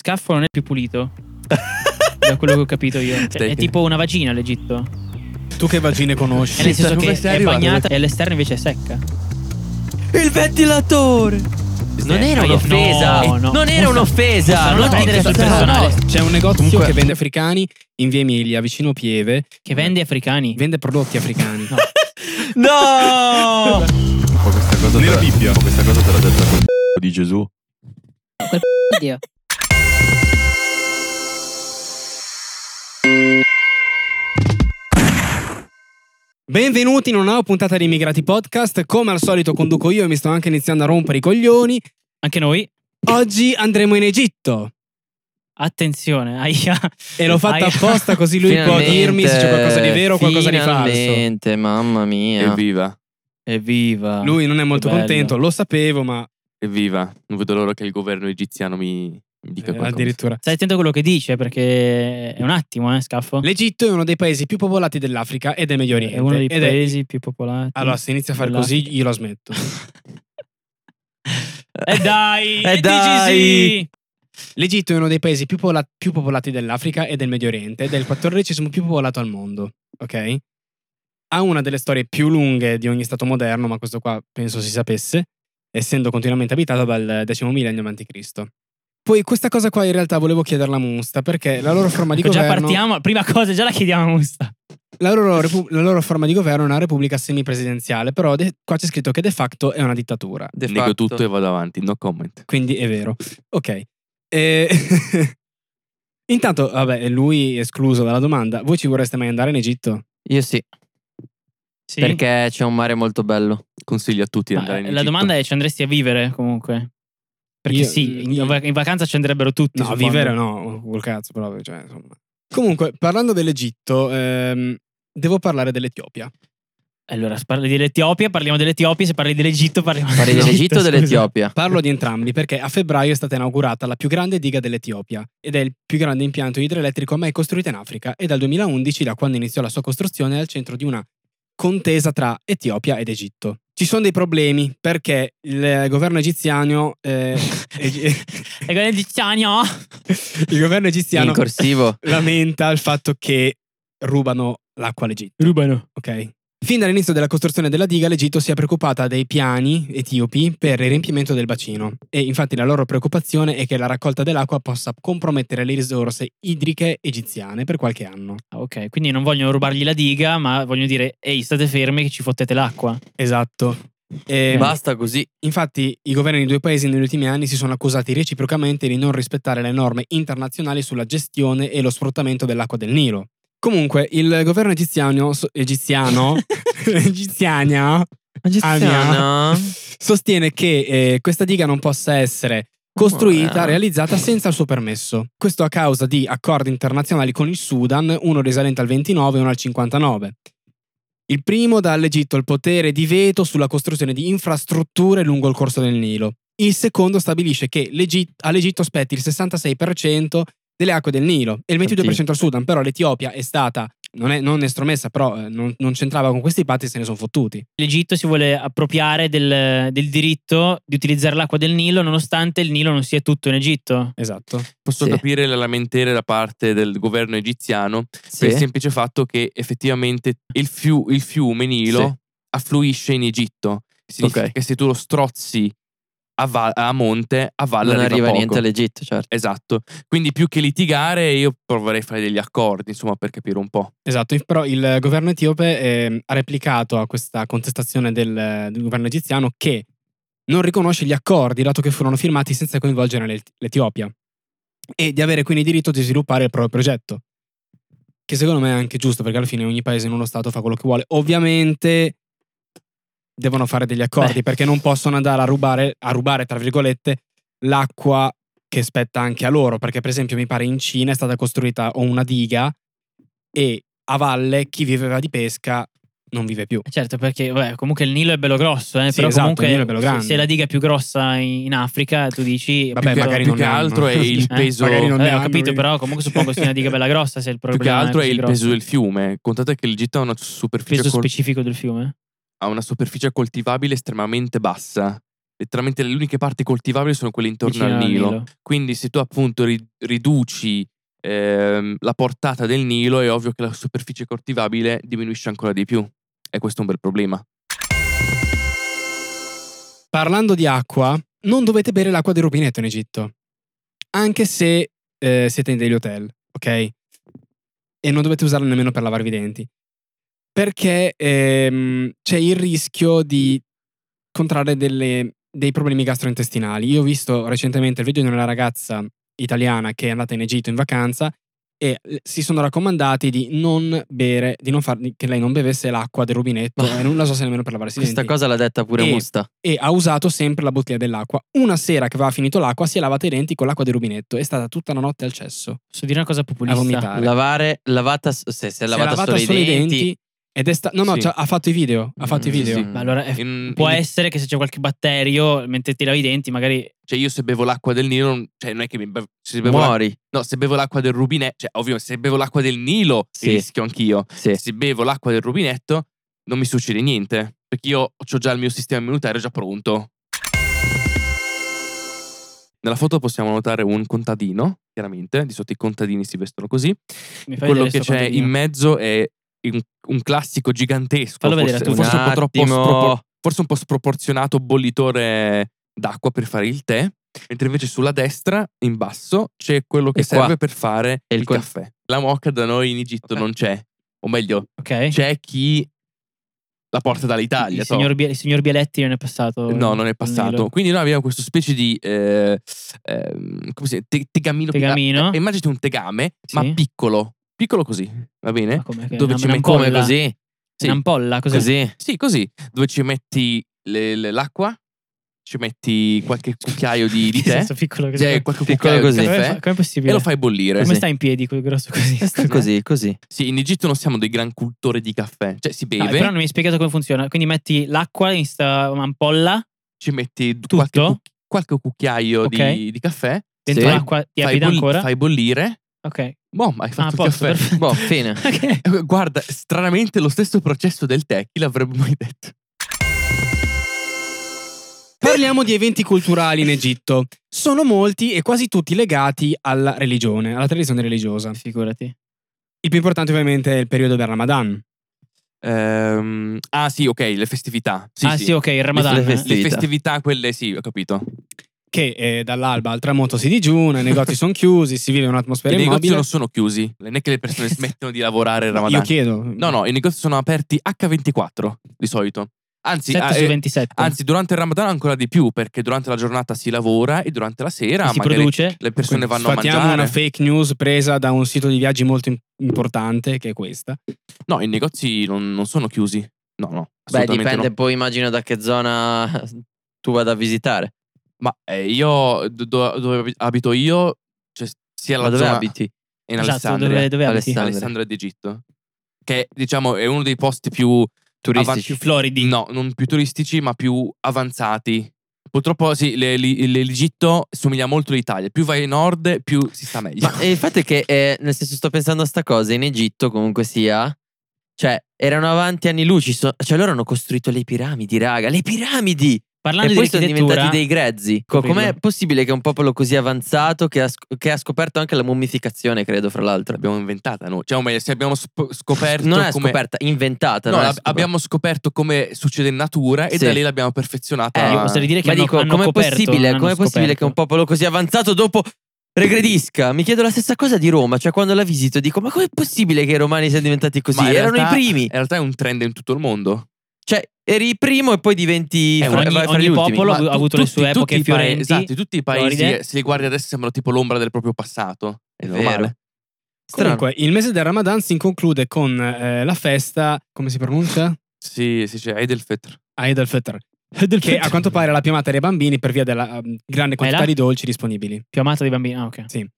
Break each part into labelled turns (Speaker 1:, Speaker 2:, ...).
Speaker 1: scafo non è più pulito. da quello che ho capito io. Cioè,
Speaker 2: Stai-
Speaker 1: è tipo una vagina l'Egitto.
Speaker 3: Tu che vagine
Speaker 1: È nel
Speaker 3: conosci?
Speaker 1: senso
Speaker 2: dove
Speaker 1: che
Speaker 2: stai
Speaker 1: è
Speaker 2: arrivando?
Speaker 1: bagnata e all'esterno invece è secca.
Speaker 2: Il ventilatore! Non
Speaker 1: Eh,
Speaker 2: era
Speaker 1: no,
Speaker 2: un'offesa!
Speaker 4: Eh,
Speaker 1: no, no.
Speaker 2: Non era
Speaker 1: Posso-
Speaker 2: un'offesa!
Speaker 1: posso
Speaker 2: Non
Speaker 1: non prendere sul
Speaker 2: ti-
Speaker 1: personale.
Speaker 3: C'è un negozio
Speaker 1: Comunque-
Speaker 3: che vende africani in via Emilia, vicino Pieve.
Speaker 1: Che vende africani.
Speaker 3: Vende prodotti africani.
Speaker 2: No!
Speaker 5: Ma questa cosa
Speaker 6: Nella
Speaker 5: te la-
Speaker 6: Bibbia.
Speaker 5: ma questa cosa te l'ha detta col c***o di Gesù.
Speaker 7: Dio.
Speaker 3: Benvenuti in una nuova puntata di Immigrati Podcast. Come al solito conduco io e mi sto anche iniziando a rompere i coglioni.
Speaker 1: Anche noi.
Speaker 3: Oggi andremo in Egitto.
Speaker 1: Attenzione, aia.
Speaker 3: E l'ho
Speaker 1: Aia.
Speaker 3: fatta apposta così lui può dirmi se c'è qualcosa di vero o qualcosa di falso.
Speaker 4: Finalmente, mamma mia.
Speaker 5: Evviva,
Speaker 4: Evviva.
Speaker 3: Lui non è molto
Speaker 1: Che bello.
Speaker 3: contento, lo sapevo, ma
Speaker 5: evviva. Non vedo l'ora che il governo egiziano mi, mi dica
Speaker 3: eh,
Speaker 5: qualcosa.
Speaker 3: addirittura.
Speaker 1: Stai attento a quello che dice perché è un attimo, eh, scafo.
Speaker 3: L'Egitto è uno dei paesi più popolati dell'Africa e del Medio Oriente.
Speaker 1: è uno dei
Speaker 3: ed
Speaker 1: paesi più popolati.
Speaker 3: Allora, se inizia a fare
Speaker 1: dell'Africa.
Speaker 3: così, io la smetto.
Speaker 1: E dai,
Speaker 4: Eh
Speaker 1: e
Speaker 4: dai!
Speaker 1: dici sì.
Speaker 3: L'Egitto è uno dei paesi più, popola- più popolati dell'Africa e del Medio Oriente ed è il quattordicesimo più popolato al mondo, ok? Ha una delle storie più lunghe di ogni stato moderno, ma questo qua penso si sapesse, essendo continuamente abitato dal X millennio a.C. Poi questa cosa qua in realtà volevo chiederla a Musta, perché la loro forma di
Speaker 1: Ecco, Già
Speaker 3: governo...
Speaker 1: partiamo, prima cosa già la chiediamo a Musta.
Speaker 3: La loro, repu- la loro forma di governo è una repubblica semipresidenziale, però de- qua c'è scritto che de facto è una dittatura.
Speaker 4: De
Speaker 5: Nego
Speaker 4: facto.
Speaker 5: tutto e vado avanti, no comment.
Speaker 3: Quindi è vero. Ok. E- Intanto, vabbè, lui escluso dalla domanda, voi ci vorreste mai andare in Egitto?
Speaker 4: Io sì,
Speaker 1: Sì.
Speaker 4: perché c'è un mare molto bello. eh,
Speaker 5: Consiglio a tutti di
Speaker 1: Ma
Speaker 5: andare in
Speaker 1: la
Speaker 5: Egitto.
Speaker 1: domanda è ci andresti a vivere comunque? Perché
Speaker 3: Io-
Speaker 1: sì, in-
Speaker 3: io-
Speaker 1: in vacanza ci andrebbero tutti.
Speaker 3: No, a
Speaker 1: suppongo.
Speaker 3: vivere no, col cazzo proprio, cioè, insomma. Comunque, parlando dell'Egitto, ehm, devo parlare dell'Etiopia.
Speaker 1: Allora, se parli dell'Etiopia, parliamo dell'Etiopia, se parli dell'Egitto, parliamo
Speaker 4: Fare dell'Egitto o
Speaker 1: scusa.
Speaker 4: dell'Etiopia?
Speaker 3: Parlo di entrambi perché a febbraio è stata inaugurata la più grande diga dell'Etiopia ed è il più grande impianto idroelettrico mai costruito in Africa e dal 2011, da quando iniziò la sua costruzione, è al centro di una contesa tra Etiopia ed Egitto. Ci sono dei problemi perché il governo egiziano... eh, eg-
Speaker 1: E "Ah, con l'egiziano?
Speaker 3: il governo egiziano
Speaker 4: In corsivo.
Speaker 3: lamenta il fatto che rubano l'acqua all'Egitto.
Speaker 1: Rubano.
Speaker 3: Ok. Fin dall'inizio della costruzione della diga, l'Egitto si è preoccupata dei piani etiopi per il riempimento del bacino. E infatti la loro preoccupazione è che la raccolta dell'acqua possa compromettere le risorse idriche egiziane per qualche anno.
Speaker 1: Ok, quindi non vogliono rubargli la diga, ma vogliono dire, ehi, state fermi che ci fottete l'acqua.
Speaker 3: Esatto. E
Speaker 4: Basta così.
Speaker 3: infatti i governi dei due paesi negli ultimi anni si sono accusati reciprocamente di non rispettare le norme internazionali sulla gestione e lo sfruttamento dell'acqua del Nilo. Comunque, il governo egiziano, egiziano, egiziano Ah,
Speaker 4: Egiziana.
Speaker 3: sostiene che eh, questa diga non possa essere costruita,
Speaker 4: Ora.
Speaker 3: realizzata senza il suo permesso. Questo a causa di accordi internazionali con il Sudan, uno risalente al 29 e uno al 59. Il primo dà all'Egitto il potere di veto sulla costruzione di infrastrutture lungo il corso del Nilo. Il secondo stabilisce che l'Egi- all'Egitto spetti il 66% delle acque del Nilo e il 22% al Sudan, però l'Etiopia è stata, non, è, non estromessa, però eh, non, non c'entrava con questi patti, se ne sono fottuti.
Speaker 1: L'Egitto si vuole appropriare del, del diritto di utilizzare l'acqua del Nilo, nonostante il Nilo non sia tutto in Egitto.
Speaker 3: Esatto.
Speaker 5: Posso
Speaker 4: Sì.
Speaker 5: capire la lamentele da parte del governo egiziano per il
Speaker 4: Sì.
Speaker 5: semplice fatto che effettivamente il, fiu- il fiume Nilo
Speaker 4: Sì.
Speaker 5: affluisce in Egitto. Significa
Speaker 4: Ok.
Speaker 5: che se tu lo strozzi a, va- a monte, a valle
Speaker 4: Non arriva
Speaker 5: poco.
Speaker 4: niente all'Egitto, certo.
Speaker 5: Esatto. Quindi più che litigare, io proverei a fare degli accordi, insomma, per capire un po'.
Speaker 3: Esatto, inf- però il governo etiope ehm, ha replicato a questa contestazione del, del governo egiziano che non riconosce gli accordi, dato che furono firmati senza coinvolgere l'Et- l'Etiopia, e di avere quindi diritto di sviluppare il proprio progetto, che secondo me è anche giusto, perché alla fine ogni paese in uno Stato fa quello che vuole. Ovviamente devono fare degli accordi,
Speaker 1: Beh.
Speaker 3: perché non possono andare a rubare, a rubare, tra virgolette, l'acqua che spetta anche a loro, perché per esempio mi pare in Cina è stata costruita o una diga e a valle chi viveva di pesca non vive più.
Speaker 1: Certo, perché vabbè, comunque il Nilo è bello grosso, eh,
Speaker 3: Sì,
Speaker 1: però
Speaker 3: esatto,
Speaker 1: comunque
Speaker 3: il Nilo è bello
Speaker 1: se-
Speaker 3: grande.
Speaker 1: se la diga è più grossa in in Africa, tu dici...
Speaker 3: Vabbè,
Speaker 5: più che,
Speaker 3: magari
Speaker 5: più
Speaker 3: non
Speaker 5: che
Speaker 3: ne hanno.
Speaker 5: altro è il
Speaker 3: Eh,
Speaker 5: peso.
Speaker 3: magari non-
Speaker 5: più
Speaker 1: Vabbè,
Speaker 3: ne
Speaker 1: ho
Speaker 3: hanno,
Speaker 1: capito,
Speaker 3: quindi.
Speaker 1: però comunque suppongo sia una diga bella grossa se il
Speaker 5: che
Speaker 1: problema
Speaker 5: altro è
Speaker 1: così
Speaker 5: il
Speaker 1: grosso.
Speaker 5: peso del fiume. Contate che l'Egitto ha una
Speaker 1: Il
Speaker 5: superficie,
Speaker 1: peso
Speaker 5: col-
Speaker 1: specifico del fiume.
Speaker 5: ha una superficie coltivabile estremamente bassa. letteralmente le uniche parti coltivabili sono quelle intorno al
Speaker 1: vicino al
Speaker 5: Nilo. Quindi se tu appunto ri- riduci ehm, la portata del Nilo è ovvio che la superficie coltivabile diminuisce ancora di più. E questo è un bel problema.
Speaker 3: Parlando di acqua, non dovete bere l'acqua del rubinetto in Egitto, anche se eh, siete in degli hotel, ok? E non dovete usarla nemmeno per lavarvi i denti, perché ehm, c'è il rischio di contrarre delle- dei problemi gastrointestinali. Io ho visto recentemente il video di una ragazza italiana che è andata in Egitto in vacanza e eh, si sono raccomandati di non bere, di non far, che lei non bevesse l'acqua del rubinetto
Speaker 4: Ma-
Speaker 3: e non la usasse nemmeno per lavarsi i denti
Speaker 4: Questa cosa l'ha detta pure
Speaker 3: E-
Speaker 4: Musta.
Speaker 3: e ha usato sempre la bottiglia dell'acqua. Una sera che aveva finito l'acqua si è lavata i denti con l'acqua del rubinetto. È stata tutta la notte al cesso
Speaker 1: Posso dire una cosa
Speaker 3: a
Speaker 1: populista?
Speaker 3: vomitare.
Speaker 4: Lavare, lavata, s- se si è
Speaker 3: Si è
Speaker 4: lavata,
Speaker 3: lavata
Speaker 4: solo, i denti.
Speaker 3: ed è sta- no, no,
Speaker 5: Sì.
Speaker 3: cioè, ha fatto i video. Ha fatto i
Speaker 4: Mm, sì,
Speaker 3: video.
Speaker 4: sì.
Speaker 1: Ma allora, eh,
Speaker 5: In-
Speaker 1: può
Speaker 5: in-
Speaker 1: essere che se c'è qualche batterio, mentre ti lavi i denti, magari
Speaker 5: Cioè io se bevo l'acqua del Nilo, non- cioè non è che mi bevo... Se bevo la-
Speaker 4: Muori.
Speaker 5: no, se bevo l'acqua del rubinetto, cioè ovvio, se bevo l'acqua del Nilo
Speaker 4: Sì.
Speaker 5: rischio anch'io.
Speaker 4: Sì.
Speaker 5: Se bevo l'acqua del rubinetto non mi succede niente, perché io ho già il mio sistema immunitario già pronto. Nella foto possiamo notare un contadino, chiaramente, di sotto i contadini si vestono così.
Speaker 1: mi fai
Speaker 5: Quello
Speaker 1: vedere
Speaker 5: che
Speaker 1: sto
Speaker 5: c'è
Speaker 1: contadino.
Speaker 5: in mezzo è un, un classico gigantesco,
Speaker 1: Fallo vedere a
Speaker 5: forse,
Speaker 1: tutti.
Speaker 5: forse un po' troppo
Speaker 4: attimo.
Speaker 5: spropor- forse un po' sproporzionato bollitore d'acqua per fare il tè, mentre invece sulla destra, in basso, c'è quello che
Speaker 4: E qua.
Speaker 5: serve per fare
Speaker 4: E il
Speaker 5: il
Speaker 4: co-
Speaker 5: caffè. La mocca da noi in Egitto non c'è, o meglio,
Speaker 1: Ok.
Speaker 5: c'è chi la porta dall'Italia.
Speaker 1: il,
Speaker 5: so.
Speaker 1: signor, Bie- il signor Bialetti non è passato.
Speaker 5: No, non è
Speaker 1: il
Speaker 5: passato.
Speaker 1: Nilo.
Speaker 5: Quindi noi abbiamo questo specie di eh, ehm, come si dice? Te- tegamino.
Speaker 1: Tegamino.
Speaker 5: Eh, immaginate un tegame,
Speaker 1: Sì.
Speaker 5: ma piccolo. Piccolo così, va bene?
Speaker 1: Ma com'è che-
Speaker 5: Dove
Speaker 1: una-
Speaker 5: ci
Speaker 1: una
Speaker 5: metto-
Speaker 4: Come
Speaker 1: ampolla?
Speaker 4: così?
Speaker 5: Sì.
Speaker 1: Un'ampolla, cos'è?
Speaker 4: Così.
Speaker 5: Sì, così. Dove ci metti le- le- l'acqua, ci metti qualche cucchiaio di, di
Speaker 1: Che
Speaker 5: tè,
Speaker 1: senso piccolo così.
Speaker 5: cioè, qualche
Speaker 4: Piccolo
Speaker 5: cucchiaio
Speaker 4: così.
Speaker 5: di
Speaker 1: Come
Speaker 5: caffè,
Speaker 1: fa- com'è possibile?
Speaker 5: e lo fai bollire.
Speaker 1: Come sta in piedi quel grosso così?
Speaker 4: E sta così, così.
Speaker 5: Sì, in Egitto non siamo dei gran cultori di caffè. Cioè, si
Speaker 1: No,
Speaker 5: beve,
Speaker 1: Ah, però non mi hai spiegato come funziona. Quindi metti l'acqua in sta ampolla
Speaker 5: ci metti qualche,
Speaker 1: Tutto?
Speaker 5: cuc- qualche cucchiaio di-
Speaker 1: Ok.
Speaker 5: di, caffè,
Speaker 1: dentro
Speaker 4: Sì.
Speaker 1: l'acqua
Speaker 5: fai,
Speaker 1: tiepida
Speaker 5: boll-
Speaker 1: ancora.
Speaker 5: fai bollire.
Speaker 1: Ok.
Speaker 5: Boh, hai
Speaker 1: Ah, a
Speaker 5: fatto il
Speaker 1: posto,
Speaker 5: caffè.
Speaker 1: perfetto.
Speaker 4: Boh, fine.
Speaker 1: Ok.
Speaker 5: Eh, Guarda, stranamente lo stesso processo del tè, chi l'avrebbe mai detto?
Speaker 3: Parliamo di eventi culturali in Egitto. Sono molti e quasi tutti legati alla religione, alla tradizione religiosa.
Speaker 1: Figurati.
Speaker 3: Il più importante, ovviamente, è il periodo del Ramadan.
Speaker 5: Ehm, ah sì, ok, le festività. Sì,
Speaker 1: ah sì,
Speaker 5: sì,
Speaker 1: ok, il Ramadan.
Speaker 4: Le
Speaker 1: eh.
Speaker 4: feste-
Speaker 5: Le
Speaker 4: Festività.
Speaker 5: festività, quelle sì, ho capito.
Speaker 3: Che eh, dall'alba al tramonto si digiuna, i negozi sono chiusi, si vive
Speaker 5: I
Speaker 3: un'atmosfera
Speaker 5: negozi
Speaker 3: immobile.
Speaker 5: non sono chiusi, non è che le persone smettono di lavorare il
Speaker 3: Io
Speaker 5: Ramadan.
Speaker 3: chiedo.
Speaker 5: No, no, i negozi sono aperti H24 di solito. Anzi,
Speaker 1: 7
Speaker 5: ah,
Speaker 1: su
Speaker 5: eh,
Speaker 1: 27.
Speaker 5: anzi, durante il Ramadan ancora di più, perché durante la giornata si lavora e durante la sera
Speaker 1: si
Speaker 5: Ah, magari
Speaker 1: produce.
Speaker 5: le persone
Speaker 3: Quindi
Speaker 5: vanno a
Speaker 3: sfatiamo
Speaker 5: mangiare.
Speaker 3: una fake news presa da un sito di viaggi molto im- importante, che è questa.
Speaker 5: no, i negozi non, non sono chiusi. No, no,
Speaker 4: Beh,
Speaker 5: assolutamente no.
Speaker 4: dipende poi immagino da che zona tu vada a visitare.
Speaker 5: Ma eh, io do- do- dove abito io, cioè, sia
Speaker 4: Ma
Speaker 5: la
Speaker 4: dove
Speaker 5: zona
Speaker 4: abiti?
Speaker 5: in
Speaker 1: Esatto,
Speaker 5: Alessandria,
Speaker 1: dove, dove abiti?
Speaker 4: Alessandria.
Speaker 5: Alessandria d'Egitto, che diciamo è uno dei posti più
Speaker 4: Turistici.
Speaker 1: Più floridi.
Speaker 5: no, non più turistici, ma più avanzati. Purtroppo sì, le- li- le- l'Egitto somiglia molto all'Italia. Più vai a nord, più si sta meglio.
Speaker 4: Ma eh, il fatto è che, eh, nel senso, sto pensando a sta cosa. In Egitto, comunque sia, cioè, erano avanti anni luci. so- cioè, loro hanno costruito le piramidi, raga. Le piramidi!
Speaker 1: Parlando
Speaker 4: e
Speaker 1: di
Speaker 4: poi sono
Speaker 1: architettura,
Speaker 4: diventati dei grezzi. Co-
Speaker 1: Capello.
Speaker 4: Com'è possibile che un popolo così avanzato, che ha, sc- che ha scoperto anche la mummificazione, credo, fra l'altro?
Speaker 5: L'abbiamo inventata noi. Cioè, o meglio, se abbiamo sp- scoperto
Speaker 4: non è
Speaker 5: Certo, come...
Speaker 4: scoperta, inventata.
Speaker 5: No,
Speaker 4: non è
Speaker 5: l'ab-
Speaker 4: scoperta.
Speaker 5: abbiamo scoperto come succede in natura e
Speaker 4: Sì.
Speaker 5: da lì l'abbiamo perfezionata.
Speaker 1: eh, io posso dire che
Speaker 4: Ma
Speaker 1: hanno,
Speaker 4: dico,
Speaker 1: hanno
Speaker 4: com'è
Speaker 1: coperto,
Speaker 4: possibile,
Speaker 1: hanno
Speaker 4: com'è possibile
Speaker 1: scoperto.
Speaker 4: che un popolo così avanzato dopo regredisca? Mi chiedo la stessa cosa di Roma, cioè quando la visito dico, ma com'è possibile che i romani siano diventati così?
Speaker 5: Ma in
Speaker 4: Erano
Speaker 5: realtà-
Speaker 4: i primi.
Speaker 5: In realtà è un trend in tutto il mondo.
Speaker 4: Cioè, eri il primo e poi diventi
Speaker 5: Eh,
Speaker 4: fra-
Speaker 1: ogni-
Speaker 4: vai fra
Speaker 1: ogni
Speaker 4: gli ultimi.
Speaker 1: popolo-
Speaker 5: Ma
Speaker 1: ha
Speaker 5: tu-
Speaker 1: avuto le sue epoche
Speaker 5: i paesi-
Speaker 1: fiorenti,
Speaker 5: esatto, tutti i paesi,
Speaker 1: floride.
Speaker 5: se li guardi adesso, sembrano tipo l'ombra del proprio passato. È,
Speaker 4: È
Speaker 5: normale.
Speaker 4: vero. Strano.
Speaker 3: Comunque, il mese del Ramadan si conclude con eh, la festa, come si pronuncia?
Speaker 5: Sì, sì, c'è Eid al-Fitr.
Speaker 3: Eid al-Fitr. Che a quanto pare è la più amata dai bambini per via della ehm, grande quantità
Speaker 1: là?
Speaker 3: di dolci disponibili.
Speaker 1: Più amato dei bambini. Ah, ok.
Speaker 3: Sì.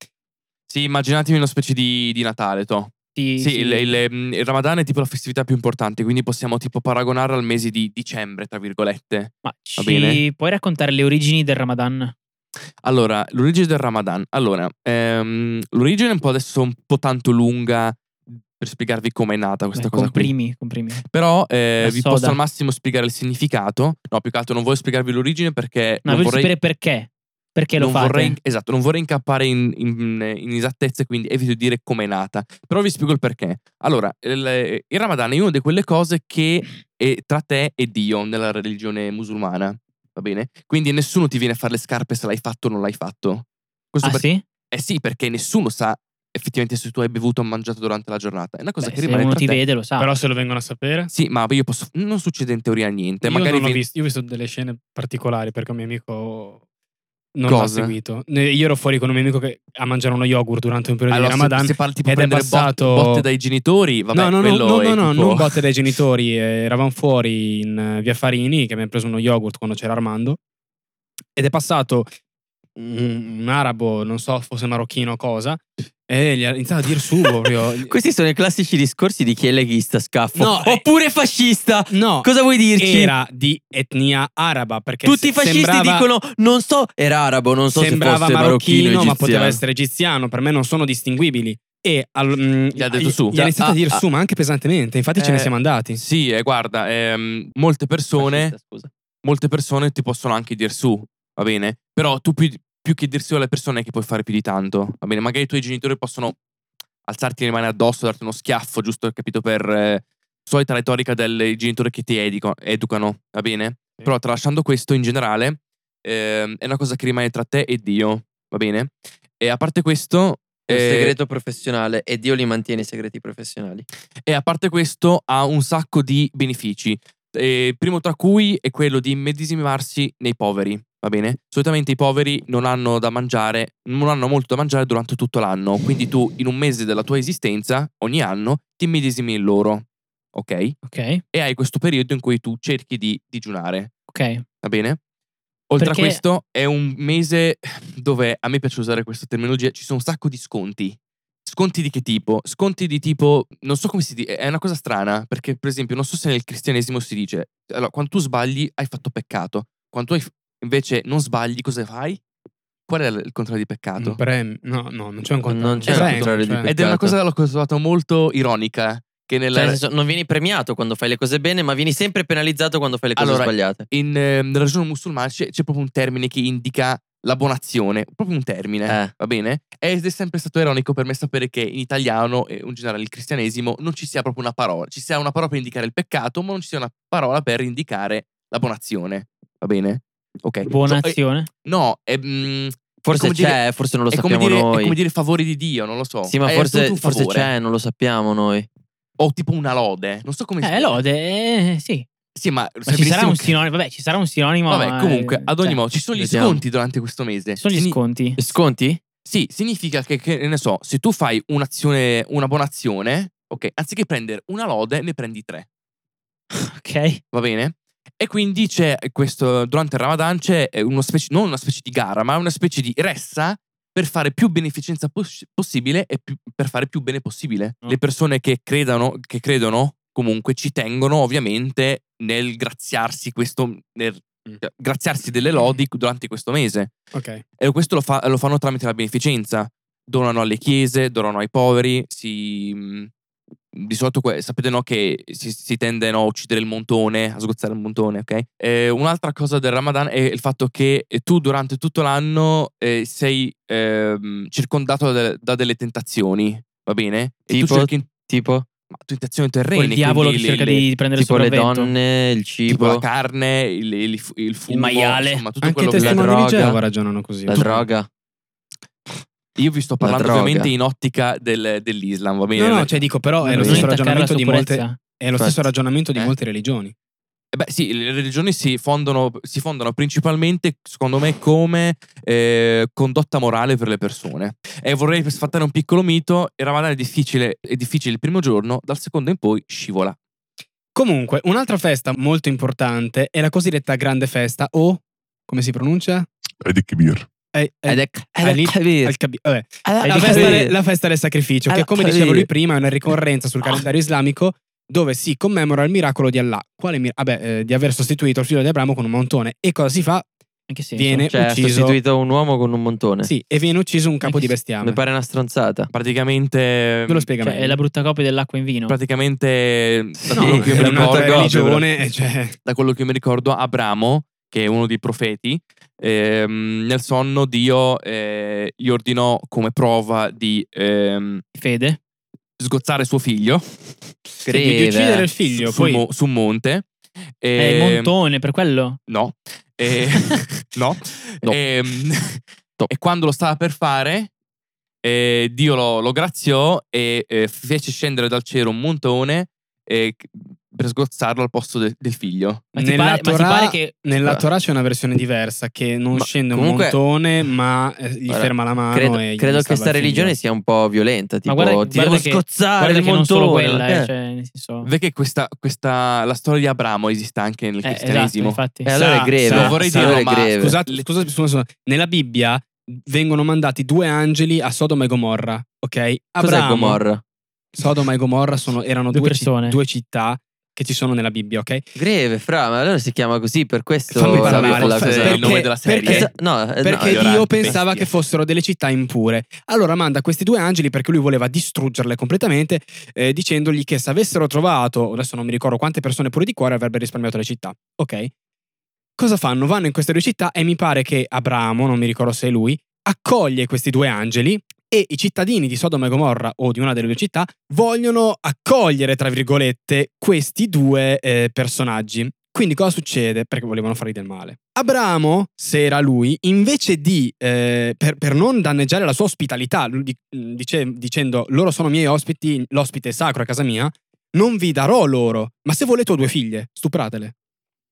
Speaker 5: Sì, immaginatevi una specie di, di Natale, to.
Speaker 1: Sì,
Speaker 5: Sì,
Speaker 1: sì.
Speaker 5: Il, il- mm, il Ramadan è tipo la festività più importante, quindi possiamo tipo paragonarla al mese di dicembre, tra virgolette.
Speaker 1: Ma ci
Speaker 5: bene.
Speaker 1: puoi raccontare le origini del Ramadan?
Speaker 5: Allora, l'origine del Ramadan. Allora, ehm, l'origine è un po' adesso un po' tanto lunga per spiegarvi com'è nata questa
Speaker 1: Beh,
Speaker 5: cosa qui.
Speaker 1: comprimi, comprimi.
Speaker 5: Però eh,
Speaker 1: Eh, La
Speaker 5: vi
Speaker 1: soda.
Speaker 5: posso al massimo spiegare il significato. No, più che altro non voglio spiegarvi l'origine perché
Speaker 1: Ma
Speaker 5: non
Speaker 1: voglio
Speaker 5: vorrei
Speaker 1: sapere perché. Perché lo
Speaker 5: non
Speaker 1: fate? Ah,
Speaker 5: vorrei- esatto, non vorrei incappare in, in- in esattezze, quindi evito di dire com'è nata. Però vi spiego il perché. Allora, il, il Ramadan è una di quelle cose che è tra te e Dio nella religione musulmana, va bene? Quindi nessuno ti viene a fare le scarpe se l'hai fatto o non l'hai fatto. Questo
Speaker 1: Ah,
Speaker 5: perché,
Speaker 1: sì?
Speaker 5: Eh sì, perché nessuno sa effettivamente se tu hai bevuto o mangiato durante la giornata. È una cosa
Speaker 1: Beh,
Speaker 5: che
Speaker 1: se
Speaker 5: rimane
Speaker 1: uno
Speaker 5: tra
Speaker 1: ti
Speaker 5: te.
Speaker 1: vede lo sa.
Speaker 3: Però se lo vengono a sapere...
Speaker 5: Sì, ma io posso... Non succede in teoria niente.
Speaker 3: Io
Speaker 5: magari
Speaker 3: non ho
Speaker 5: vi-
Speaker 3: visto, io ho visto delle scene particolari perché un mio amico non l'ha
Speaker 5: Cosa?
Speaker 3: seguito. Ne- Io ero fuori con un mio amico che a mangiare uno yogurt durante un periodo
Speaker 5: Allora,
Speaker 3: di
Speaker 5: se-
Speaker 3: Ramadan.
Speaker 5: se, parli tipo
Speaker 3: ed è
Speaker 5: prendere bot-
Speaker 3: passato-
Speaker 5: botte dai genitori, vabbè,
Speaker 3: no, no, no,
Speaker 5: quello
Speaker 3: no,
Speaker 5: è
Speaker 3: no, no,
Speaker 5: tipo-
Speaker 3: non botte dai genitori. eh, eravamo fuori in eh, via Farini che abbiamo preso uno yogurt quando c'era Armando. Ed è passato un, un arabo, non so, fosse marocchino o cosa, e gli ha iniziato a dire su proprio.
Speaker 4: Questi sono i classici discorsi di chi è leghista, scaffo.
Speaker 3: No, eh.
Speaker 4: Oppure fascista.
Speaker 3: No,
Speaker 4: Cosa vuoi dirci?
Speaker 3: era di etnia araba perché
Speaker 4: Tutti i
Speaker 3: se-
Speaker 4: fascisti
Speaker 3: sembrava-
Speaker 4: dicono non so, era arabo, non so se fosse
Speaker 3: sembrava
Speaker 4: marocchino,
Speaker 3: marocchino, ma
Speaker 4: egiziano.
Speaker 3: poteva essere egiziano. Per me non sono distinguibili. E al- mm,
Speaker 5: Gli ha detto su.
Speaker 3: Gli ha iniziato
Speaker 4: Ah,
Speaker 3: a dire
Speaker 4: ah.
Speaker 3: su, ma anche pesantemente. Infatti, ce ne
Speaker 5: Eh,
Speaker 3: siamo andati.
Speaker 5: Sì, eh, guarda, ehm, molte persone,
Speaker 4: Fascista, scusa.
Speaker 5: molte persone ti possono anche dir su, va bene? Però tu più, più che dir su alle persone è che puoi fare più di tanto, va bene? Magari i tuoi genitori possono alzarti le mani addosso, darti uno schiaffo, giusto, capito, per eh, solita retorica dei genitori che ti edico- educano, va bene? Però tralasciando questo, in generale, ehm, è una cosa che rimane tra te e Dio, va bene? E a parte questo...
Speaker 4: È un
Speaker 5: eh,
Speaker 4: segreto professionale e Dio li mantiene i segreti professionali.
Speaker 5: e a parte questo ha un sacco di benefici. Eh, primo tra cui è quello di medesimarsi nei poveri, va bene? Solitamente i poveri non hanno da mangiare, non hanno molto da mangiare durante tutto l'anno, quindi tu in un mese della tua esistenza, ogni anno, ti medesimi in loro, ok?
Speaker 1: Ok,
Speaker 5: E hai questo periodo in cui tu cerchi di digiunare,
Speaker 1: ok.
Speaker 5: va bene? Oltre
Speaker 1: Perché-
Speaker 5: a questo è un mese dove a me piace usare questa terminologia, ci sono un sacco di sconti. Sconti di che tipo? Sconti di tipo, non so come si dice, è una cosa strana, perché per esempio non so se nel cristianesimo si dice, allora, quando tu sbagli hai fatto peccato, quando tu hai f- invece non sbagli cosa fai? Qual è il il contrario di peccato?
Speaker 3: Un prem- no, no, non c'è un
Speaker 4: esatto.
Speaker 3: contrario.
Speaker 4: Non c'è
Speaker 5: un
Speaker 3: Prem,
Speaker 4: contrario di
Speaker 3: cioè.
Speaker 4: pe-
Speaker 5: Ed è una
Speaker 4: peccato.
Speaker 5: cosa che l'ho trovata molto ironica, che nella,
Speaker 4: Cioè, nel senso, non vieni premiato quando fai le cose bene, ma vieni sempre penalizzato quando fai le cose
Speaker 5: Allora,
Speaker 4: sbagliate.
Speaker 5: in, eh, nella religione musulmana c'è, c'è proprio un termine che indica l'abbonazione, proprio un termine.
Speaker 4: Eh.
Speaker 5: va bene? Ed è sempre stato ironico per me sapere che in italiano e in generale il cristianesimo non ci sia proprio una parola. Ci sia una parola per indicare il peccato, ma non ci sia una parola per indicare la buonazione, va bene? Ok.
Speaker 1: Buona
Speaker 5: So- eh,
Speaker 1: azione.
Speaker 5: no, è, mm,
Speaker 4: Forse
Speaker 5: come
Speaker 4: c'è,
Speaker 5: dire-
Speaker 4: forse non lo
Speaker 5: è come
Speaker 4: sappiamo
Speaker 5: dire, è
Speaker 4: noi.
Speaker 5: come dire favore di Dio, non lo so.
Speaker 4: sì, ma
Speaker 5: È
Speaker 4: forse,
Speaker 5: tutto un
Speaker 4: forse
Speaker 5: favore.
Speaker 4: c'è, non lo sappiamo noi.
Speaker 5: O tipo una lode, non so come
Speaker 1: Eh, lode, eh, sì.
Speaker 5: Sì, ma, se
Speaker 1: Ma ci sarà
Speaker 5: venissimo-
Speaker 1: un sinonimo, vabbè, ci sarà un sinonimo.
Speaker 5: Vabbè, comunque,
Speaker 1: eh,
Speaker 5: ad ogni
Speaker 1: cioè,
Speaker 5: modo, ci sono gli
Speaker 4: vediamo.
Speaker 5: sconti durante questo mese.
Speaker 1: Sono gli
Speaker 5: Signi-
Speaker 1: sconti.
Speaker 4: Sconti?
Speaker 5: Sì, significa che, che ne so, se tu fai un'azione, una buona azione, ok, anziché prendere una lode, ne prendi tre.
Speaker 1: Ok.
Speaker 5: va bene? E quindi c'è questo, durante il Ramadan c'è una specie, non una specie di gara, ma una specie di ressa per fare più beneficenza pos- possibile e più- per fare più bene possibile.
Speaker 1: Mm.
Speaker 5: Le persone che credano, che credono comunque ci tengono ovviamente nel graziarsi, questo, nel graziarsi delle lodi durante questo mese.
Speaker 3: Ok.
Speaker 5: E questo lo, fa- lo fanno tramite la beneficenza. Donano alle chiese, donano ai poveri. Si, mh, di solito que- sapete no, che si, si tende no, a uccidere il montone, a sgozzare il montone, ok? Eh, un'altra cosa del Ramadan è il fatto che eh, tu durante tutto l'anno eh, sei ehm, circondato da, da delle tentazioni, va bene? E tu
Speaker 4: Tipo?
Speaker 5: cerchi
Speaker 4: Tipo,
Speaker 5: ma, tentazioni
Speaker 1: Col
Speaker 5: terrene.
Speaker 1: diavolo che
Speaker 5: quindi
Speaker 1: cerca
Speaker 5: le-
Speaker 1: di prendere
Speaker 4: tipo le
Speaker 1: sopravvento.
Speaker 4: donne, il
Speaker 5: Tipo
Speaker 4: cibo,
Speaker 5: la carne, il, il, il fumo,
Speaker 1: maiale.
Speaker 5: insomma, tutto
Speaker 3: Anche i
Speaker 5: quello che
Speaker 3: testimoni di
Speaker 4: droga.
Speaker 3: Geova ragionano così.
Speaker 4: la droga.
Speaker 5: Io vi sto parlando
Speaker 4: droga.
Speaker 5: ovviamente in ottica del- dell'Islam, va bene?
Speaker 3: No, no, cioè dico, però è
Speaker 1: Non
Speaker 3: lo
Speaker 1: bisogna
Speaker 3: stesso
Speaker 1: attaccare la
Speaker 3: ragionamento di molte,
Speaker 1: sopprezza.
Speaker 3: è lo stesso
Speaker 4: Infatti.
Speaker 3: ragionamento di
Speaker 5: Eh.
Speaker 3: molte religioni.
Speaker 5: Eh Beh, sì, le religioni si fondano, si fondano principalmente, secondo me, come eh, condotta morale per le persone. E vorrei sfatare un piccolo mito: il Ramadan è difficile, è difficile il primo giorno, dal secondo in poi scivola.
Speaker 3: Comunque, un'altra festa molto importante è la cosiddetta Grande Festa o, come si pronuncia?
Speaker 6: Edi Kibir.
Speaker 3: Eh, eh,
Speaker 4: Ed è Ah,
Speaker 3: Ali-
Speaker 4: capito.
Speaker 3: al Kabi- vabbè.
Speaker 4: La
Speaker 3: la, festa del, la festa del sacrificio, che come dicevo lui prima è una ricorrenza
Speaker 4: Ah.
Speaker 3: sul calendario islamico dove si commemora il miracolo di Allah, quale mir- vabbè, eh, di aver sostituito il figlio di Abramo con un montone. E cosa si fa?
Speaker 1: Anche se
Speaker 3: Viene
Speaker 4: Cioè, ha
Speaker 3: ucciso.
Speaker 4: sostituito un uomo con un montone.
Speaker 3: Sì, e viene ucciso un capo
Speaker 4: Eh,
Speaker 1: Anche
Speaker 3: di
Speaker 1: se-
Speaker 3: bestiame.
Speaker 4: Mi pare una stronzata.
Speaker 5: Praticamente.
Speaker 3: Ve lo spiega
Speaker 1: Cioè,
Speaker 3: meglio.
Speaker 1: è la brutta copia dell'acqua in vino.
Speaker 5: Praticamente. Da
Speaker 3: No,
Speaker 5: quello che mi
Speaker 3: è un'altra
Speaker 5: ricordo.
Speaker 3: religione, eh, cioè,
Speaker 5: da quello che mi ricordo, Abramo, che è uno dei profeti, ehm, nel sonno Dio eh, gli ordinò come prova di ehm,
Speaker 1: Fede.
Speaker 5: sgozzare suo figlio
Speaker 3: di, di
Speaker 4: eh.
Speaker 3: uccidere il figlio.
Speaker 5: su- sul
Speaker 3: Poi
Speaker 5: mo- su un monte.
Speaker 3: Eh,
Speaker 1: È
Speaker 5: E-
Speaker 1: Eh, il montone, per quello.
Speaker 5: No. E, no.
Speaker 4: No.
Speaker 5: Ehm, E quando lo stava per fare, eh, Dio lo, lo graziò e eh, fece scendere dal cielo un montone eh, per sgozzarlo al posto de- del figlio.
Speaker 1: Ma ti,
Speaker 3: Nella
Speaker 1: pare, ma ti
Speaker 3: Torah-
Speaker 1: pare che...
Speaker 3: nella Torah c'è una versione diversa che non
Speaker 4: Ma
Speaker 3: scende
Speaker 4: comunque-
Speaker 3: un montone, ma eh, gli
Speaker 4: Guarda,
Speaker 3: ferma la mano.
Speaker 4: Credo,
Speaker 3: e gli
Speaker 4: credo che
Speaker 3: salva il
Speaker 4: sta
Speaker 3: figlio.
Speaker 4: religione sia un po' violenta. Tipo,
Speaker 1: guarda-
Speaker 4: ti
Speaker 1: guarda
Speaker 4: devo
Speaker 1: che-
Speaker 4: scozzare
Speaker 1: Guarda
Speaker 4: il
Speaker 1: che non solo
Speaker 4: montone.
Speaker 1: quella,
Speaker 4: Eh,
Speaker 1: eh, cioè, nel senso...
Speaker 5: Vedi che questa, questa- la storia di Abramo esiste anche nel
Speaker 1: Eh, esatto,
Speaker 5: cristianesimo.
Speaker 1: infatti.
Speaker 4: eh, allora
Speaker 3: Sa-
Speaker 4: è greve.
Speaker 3: sa-
Speaker 5: vorrei
Speaker 4: allora
Speaker 5: dirlo,
Speaker 4: è
Speaker 5: ma
Speaker 4: greve.
Speaker 3: Scusate, scusate, scusate, scusate. nella Bibbia vengono mandati due angeli a Sodoma e Gomorra, ok?
Speaker 4: cos'è
Speaker 3: Abramo,
Speaker 4: Gomorra?
Speaker 3: Sodoma e Gomorra sono- erano
Speaker 1: Due
Speaker 3: due, ci-
Speaker 1: persone.
Speaker 3: due città che ci sono nella Bibbia, ok?
Speaker 4: Greve, fra, ma allora si chiama così per questo
Speaker 3: Fammi
Speaker 4: la-
Speaker 5: parlare,
Speaker 4: la- la
Speaker 5: forse
Speaker 4: cosa-
Speaker 5: è il nome della serie.
Speaker 3: perché-
Speaker 4: Esa- no, eh, no,
Speaker 3: perché
Speaker 4: io-
Speaker 3: Dio
Speaker 5: ignorante,
Speaker 3: pensava
Speaker 5: bestia.
Speaker 3: che fossero delle città impure. Allora manda questi due angeli perché lui voleva distruggerle completamente, eh, dicendogli che se avessero trovato, adesso non mi ricordo quante persone pure di cuore, avrebbe risparmiato le città. Ok? Cosa fanno? Vanno in queste due città e mi pare che Abramo, non mi ricordo se è lui, accoglie questi due angeli e i cittadini di Sodoma e Gomorra o di una delle due città vogliono accogliere, tra virgolette, questi due eh, personaggi. Quindi cosa succede? Perché volevano fargli del male. Abramo, se era lui, invece di, eh, per, per non danneggiare la sua ospitalità, lui di- mm, dice- dicendo loro sono miei ospiti, l'ospite è sacro a casa mia, non vi darò loro, ma se volete ho due figlie, stupratele.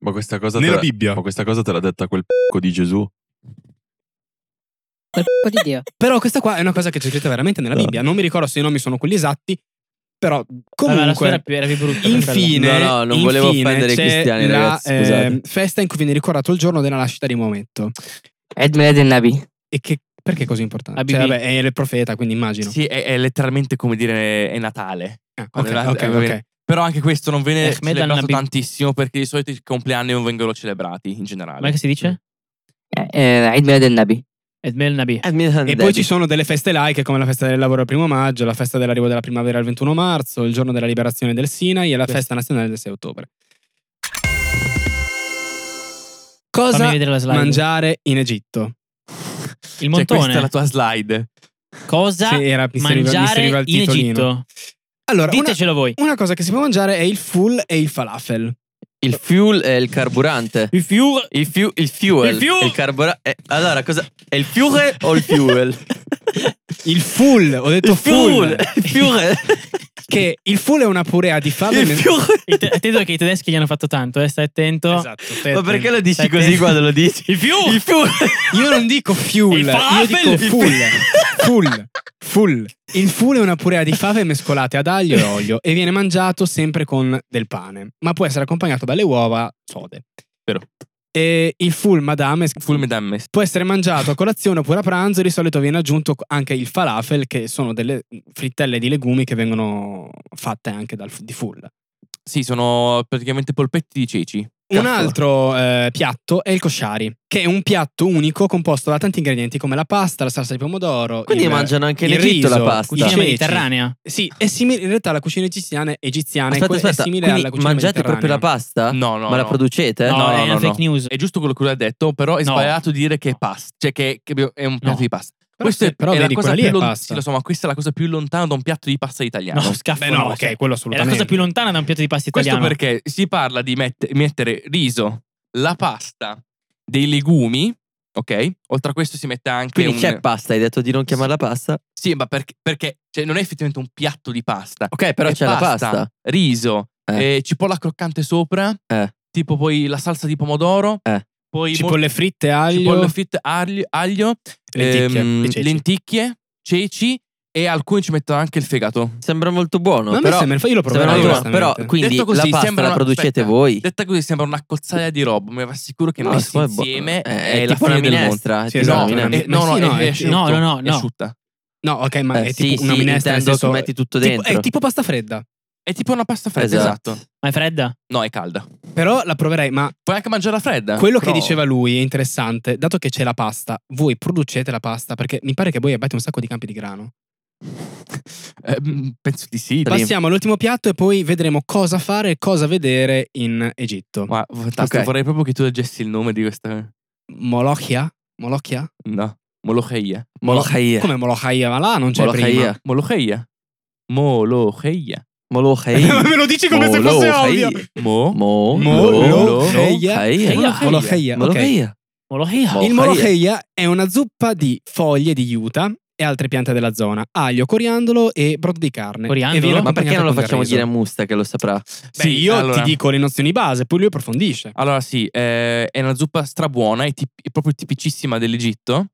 Speaker 6: Ma questa cosa, te
Speaker 3: Nella
Speaker 6: la,
Speaker 3: Bibbia.
Speaker 6: ma questa cosa te l'ha detta quel p***o di Gesù?
Speaker 7: Quel po' di Dio.
Speaker 3: Però questa qua è una cosa che c'è scritta veramente nella
Speaker 6: No.
Speaker 3: Bibbia. Non mi ricordo se i nomi sono quelli esatti, però
Speaker 1: Vabbè, la storia
Speaker 3: comunque...
Speaker 1: era più, era più brutta. per quello.
Speaker 3: Infine,
Speaker 4: No, no, non volevo
Speaker 3: infine
Speaker 4: offendere i
Speaker 3: c'è
Speaker 4: cristiani,
Speaker 3: la,
Speaker 4: ragazzi, scusate.
Speaker 3: ehm, festa in cui viene ricordato il giorno della nascita di Maometto.
Speaker 2: Ed Milad el Nabi.
Speaker 3: E che, perché è così importante?
Speaker 1: ABB.
Speaker 3: Cioè, vabbè, è il profeta, quindi immagino.
Speaker 5: Sì, è, è letteralmente come dire è Natale.
Speaker 3: Ah,
Speaker 5: Quando
Speaker 3: ok,
Speaker 5: era-
Speaker 3: ok,
Speaker 5: eh,
Speaker 3: ok.
Speaker 5: vabbè. Però anche questo non viene
Speaker 1: Ahmed
Speaker 5: celebrato
Speaker 1: al-Nabi.
Speaker 5: tantissimo perché di solito i compleanni non vengono celebrati in generale.
Speaker 1: Com'è che si dice?
Speaker 2: Ed Milad el Nabi.
Speaker 1: Edmel Nabi.
Speaker 4: Eh, mi-
Speaker 3: E
Speaker 4: David.
Speaker 3: poi ci sono delle feste laiche come la festa del lavoro il primo maggio, la festa dell'arrivo della primavera il 21 marzo, il giorno della liberazione del Sinai e la festa nazionale del 6 ottobre.
Speaker 1: Fammi
Speaker 3: Cosa
Speaker 1: vedere la slide.
Speaker 3: mangiare in Egitto?
Speaker 1: Il
Speaker 5: Cioè,
Speaker 1: montone.
Speaker 5: questa è la tua slide.
Speaker 1: Cosa
Speaker 3: Sì, era, mi serviva- mi
Speaker 1: mangiare
Speaker 3: serviva il
Speaker 1: in
Speaker 3: titolino.
Speaker 1: Egitto?
Speaker 3: Allora, una,
Speaker 1: Ditecelo voi.
Speaker 3: una cosa che si può mangiare è il full e il falafel.
Speaker 4: Il fuel è il carburante.
Speaker 1: Il fiume.
Speaker 4: Il, fu- il fuel.
Speaker 1: Il fuel.
Speaker 4: Il carbura- eh, allora, cosa? È il fuel o il fuel?
Speaker 3: Il full, ho detto
Speaker 4: il fuel.
Speaker 3: full.
Speaker 4: Il fuel.
Speaker 3: Che il full è una purea di fame.
Speaker 4: Il
Speaker 3: men-
Speaker 4: fuel.
Speaker 1: Il te- Attento che i tedeschi gli hanno fatto tanto, eh, stai attento.
Speaker 3: Esatto, stai
Speaker 4: Ma
Speaker 3: attento.
Speaker 4: perché lo dici
Speaker 1: Sette.
Speaker 4: così quando lo dici?
Speaker 1: Il fiume.
Speaker 4: Il fuel.
Speaker 3: Io non dico fuel,
Speaker 1: Il
Speaker 3: io
Speaker 1: falafel,
Speaker 3: dico
Speaker 1: il
Speaker 3: full. Full. Full. Il full è una purea di fave mescolate ad aglio e olio e viene mangiato sempre con del pane, ma può essere accompagnato dalle uova sode.
Speaker 5: Vero.
Speaker 3: E il full madame
Speaker 5: Full Medames.
Speaker 3: può essere mangiato a colazione oppure a pranzo e di solito viene aggiunto anche il falafel che sono delle frittelle di legumi che vengono fatte anche dal, di full.
Speaker 5: Sì, sono praticamente polpetti di ceci.
Speaker 3: Un altro eh, piatto è il koshari, che è un piatto unico composto da tanti ingredienti come la pasta, la salsa di pomodoro.
Speaker 4: Quindi
Speaker 3: il-
Speaker 4: mangiano anche in
Speaker 3: il
Speaker 4: Egitto la
Speaker 3: riso,
Speaker 4: pasta.
Speaker 3: i
Speaker 1: Cucina
Speaker 3: ceci.
Speaker 1: mediterranea.
Speaker 3: Sì, è simile, in realtà la cucina egiziana, egiziana è
Speaker 4: Aspetta,
Speaker 3: que- è
Speaker 4: aspetta.
Speaker 3: simile
Speaker 4: Quindi
Speaker 3: alla cucina
Speaker 4: mangiate proprio la
Speaker 3: mediterranea.
Speaker 4: pasta?
Speaker 5: No, no,
Speaker 4: ma la
Speaker 5: no.
Speaker 4: producete?
Speaker 1: No,
Speaker 5: Eh, no,
Speaker 1: è
Speaker 5: no,
Speaker 1: una
Speaker 5: no.
Speaker 1: fake news.
Speaker 5: È giusto quello che lui ha detto, però è
Speaker 1: No.
Speaker 5: sbagliato dire che è pasta, cioè che, che è un piatto
Speaker 1: No.
Speaker 5: di pasta.
Speaker 3: Però
Speaker 5: Questo
Speaker 3: se-
Speaker 5: è,
Speaker 3: però
Speaker 5: è la
Speaker 3: vedi,
Speaker 5: cosa
Speaker 3: quella lì
Speaker 5: più
Speaker 3: è
Speaker 5: lon-
Speaker 3: pasta.
Speaker 5: sì, lo so, ma questa è la cosa più lontana da un piatto di pasta italiano.
Speaker 1: No, scaffo.
Speaker 3: Beh, no,
Speaker 1: no,
Speaker 3: ok,
Speaker 1: È
Speaker 3: quello
Speaker 1: la
Speaker 3: assolutamente.
Speaker 1: cosa più lontana da un piatto di pasta
Speaker 5: Questo
Speaker 1: italiano.
Speaker 5: perché si parla di mette- mettere riso, la pasta, dei legumi, ok? Oltre a questo si mette anche
Speaker 4: Quindi
Speaker 5: un...
Speaker 4: c'è pasta, hai detto di non chiamarla pasta?
Speaker 5: Sì, ma perché, perché cioè, non è effettivamente un piatto di pasta.
Speaker 4: Ok, però
Speaker 5: È
Speaker 4: c'è la pasta.
Speaker 5: riso,
Speaker 4: Eh.
Speaker 5: eh, cipolla croccante sopra,
Speaker 4: Eh.
Speaker 5: tipo poi la salsa di pomodoro,
Speaker 4: Eh.
Speaker 5: poi mol-
Speaker 3: Cipolle fritte, aglio,
Speaker 5: cipolle fritte, aglio, aglio,
Speaker 3: lenticchie,
Speaker 5: ehm,
Speaker 3: e ceci.
Speaker 5: lenticchie, ceci e alcuni ci mettono anche il fegato.
Speaker 4: Sembra molto buono.
Speaker 3: Ma a me
Speaker 4: però,
Speaker 3: sembra- io
Speaker 4: sembra
Speaker 3: lo proverò
Speaker 4: molto buono, però quindi
Speaker 5: Detto così,
Speaker 4: la pasta
Speaker 5: sembra
Speaker 4: la
Speaker 5: una-
Speaker 4: producete
Speaker 5: aspetta.
Speaker 4: voi?
Speaker 5: Detta così sembra una cozzaglia di roba, ma vi assicuro che
Speaker 4: No,
Speaker 5: messi
Speaker 4: poi è buo-
Speaker 5: insieme
Speaker 4: eh,
Speaker 5: è,
Speaker 4: è
Speaker 5: la
Speaker 4: tipo
Speaker 5: fine
Speaker 4: una
Speaker 5: del mondo.
Speaker 4: minestra.
Speaker 3: Sì,
Speaker 4: è tipo
Speaker 3: esatto,
Speaker 4: una
Speaker 5: No,
Speaker 3: una-
Speaker 4: minestra.
Speaker 5: eh, no,
Speaker 3: Ma
Speaker 5: no,
Speaker 3: sì, no,
Speaker 5: è,
Speaker 3: è
Speaker 5: è
Speaker 3: asciutto.
Speaker 1: No, no, no,
Speaker 5: è
Speaker 1: no.
Speaker 5: asciutta.
Speaker 3: No, ok, ma
Speaker 4: Eh,
Speaker 3: è
Speaker 4: sì,
Speaker 3: tipo una
Speaker 4: sì,
Speaker 3: minestra nel
Speaker 4: intendo
Speaker 3: senso-
Speaker 4: metti tutto
Speaker 3: tipo-
Speaker 4: dentro.
Speaker 3: è tipo pasta fredda.
Speaker 5: È tipo una pasta fredda.
Speaker 4: Esatto.
Speaker 1: Ma è fredda?
Speaker 5: No, è calda.
Speaker 3: Però la proverei, ma
Speaker 5: Puoi anche mangiarla fredda.
Speaker 4: Ah,
Speaker 3: quello
Speaker 5: però-
Speaker 3: che diceva lui è interessante. Dato che c'è la pasta, voi producete la pasta perché mi pare che voi abbiate un sacco di campi di grano.
Speaker 5: Eh, mm, penso di sì.
Speaker 3: Passiamo all'ultimo piatto e poi vedremo cosa fare e cosa vedere in Egitto.
Speaker 5: Ma fantastico,
Speaker 4: Ok.
Speaker 5: vorrei proprio che tu leggessi il nome di questa.
Speaker 3: Molochia? Molochia?
Speaker 5: No. Molocheia.
Speaker 4: Molochaia.
Speaker 3: Come Molochia? Ma là non c'è prima.
Speaker 4: Molochaia.
Speaker 5: Molocheia. Molocheia.
Speaker 4: Molochaia.
Speaker 3: Me lo dici come se fosse
Speaker 4: Molochaia.
Speaker 3: ovvio.
Speaker 5: Mo.
Speaker 4: Mo.
Speaker 3: Molochaia.
Speaker 4: Molochaia.
Speaker 3: Molocheia, ok.
Speaker 4: Molochaia.
Speaker 1: Molochia.
Speaker 4: Mo-
Speaker 3: Il
Speaker 4: Molochaia.
Speaker 3: molocheia è una zuppa di foglie di yuta e altre piante della zona, aglio, coriandolo e brodo di carne.
Speaker 1: Coriandolo?
Speaker 3: E viene
Speaker 4: Ma perché non lo
Speaker 3: accompagnato con del
Speaker 4: facciamo
Speaker 3: riso.
Speaker 4: dire a Musta che lo saprà?
Speaker 3: Beh,
Speaker 5: Sì,
Speaker 3: io
Speaker 5: allora-
Speaker 3: ti dico le nozioni base, poi lui approfondisce.
Speaker 4: Ah,
Speaker 5: Allora sì, eh, è una zuppa strabuona, è, tip- è proprio tipicissima dell'Egitto.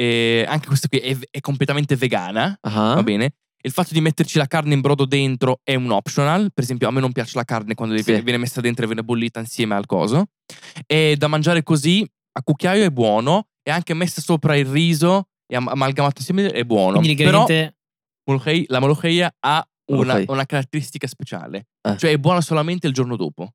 Speaker 5: E anche questa qui è, è completamente vegana,
Speaker 4: Ah.
Speaker 5: va bene? Il fatto di metterci la carne in brodo dentro è un optional. Per esempio, a me non piace la carne quando
Speaker 4: Sì.
Speaker 5: viene- viene messa dentro e viene bollita insieme al coso. E da mangiare così a cucchiaio è buono. E anche messa sopra il riso e am- amalgamato insieme è buono.
Speaker 1: Quindi
Speaker 5: Però
Speaker 1: l'ingrediente...
Speaker 5: Molokhei- la Molocheia ha una,
Speaker 4: Molokhei.
Speaker 5: una caratteristica speciale.
Speaker 4: Ah.
Speaker 5: Cioè è buona solamente il giorno dopo.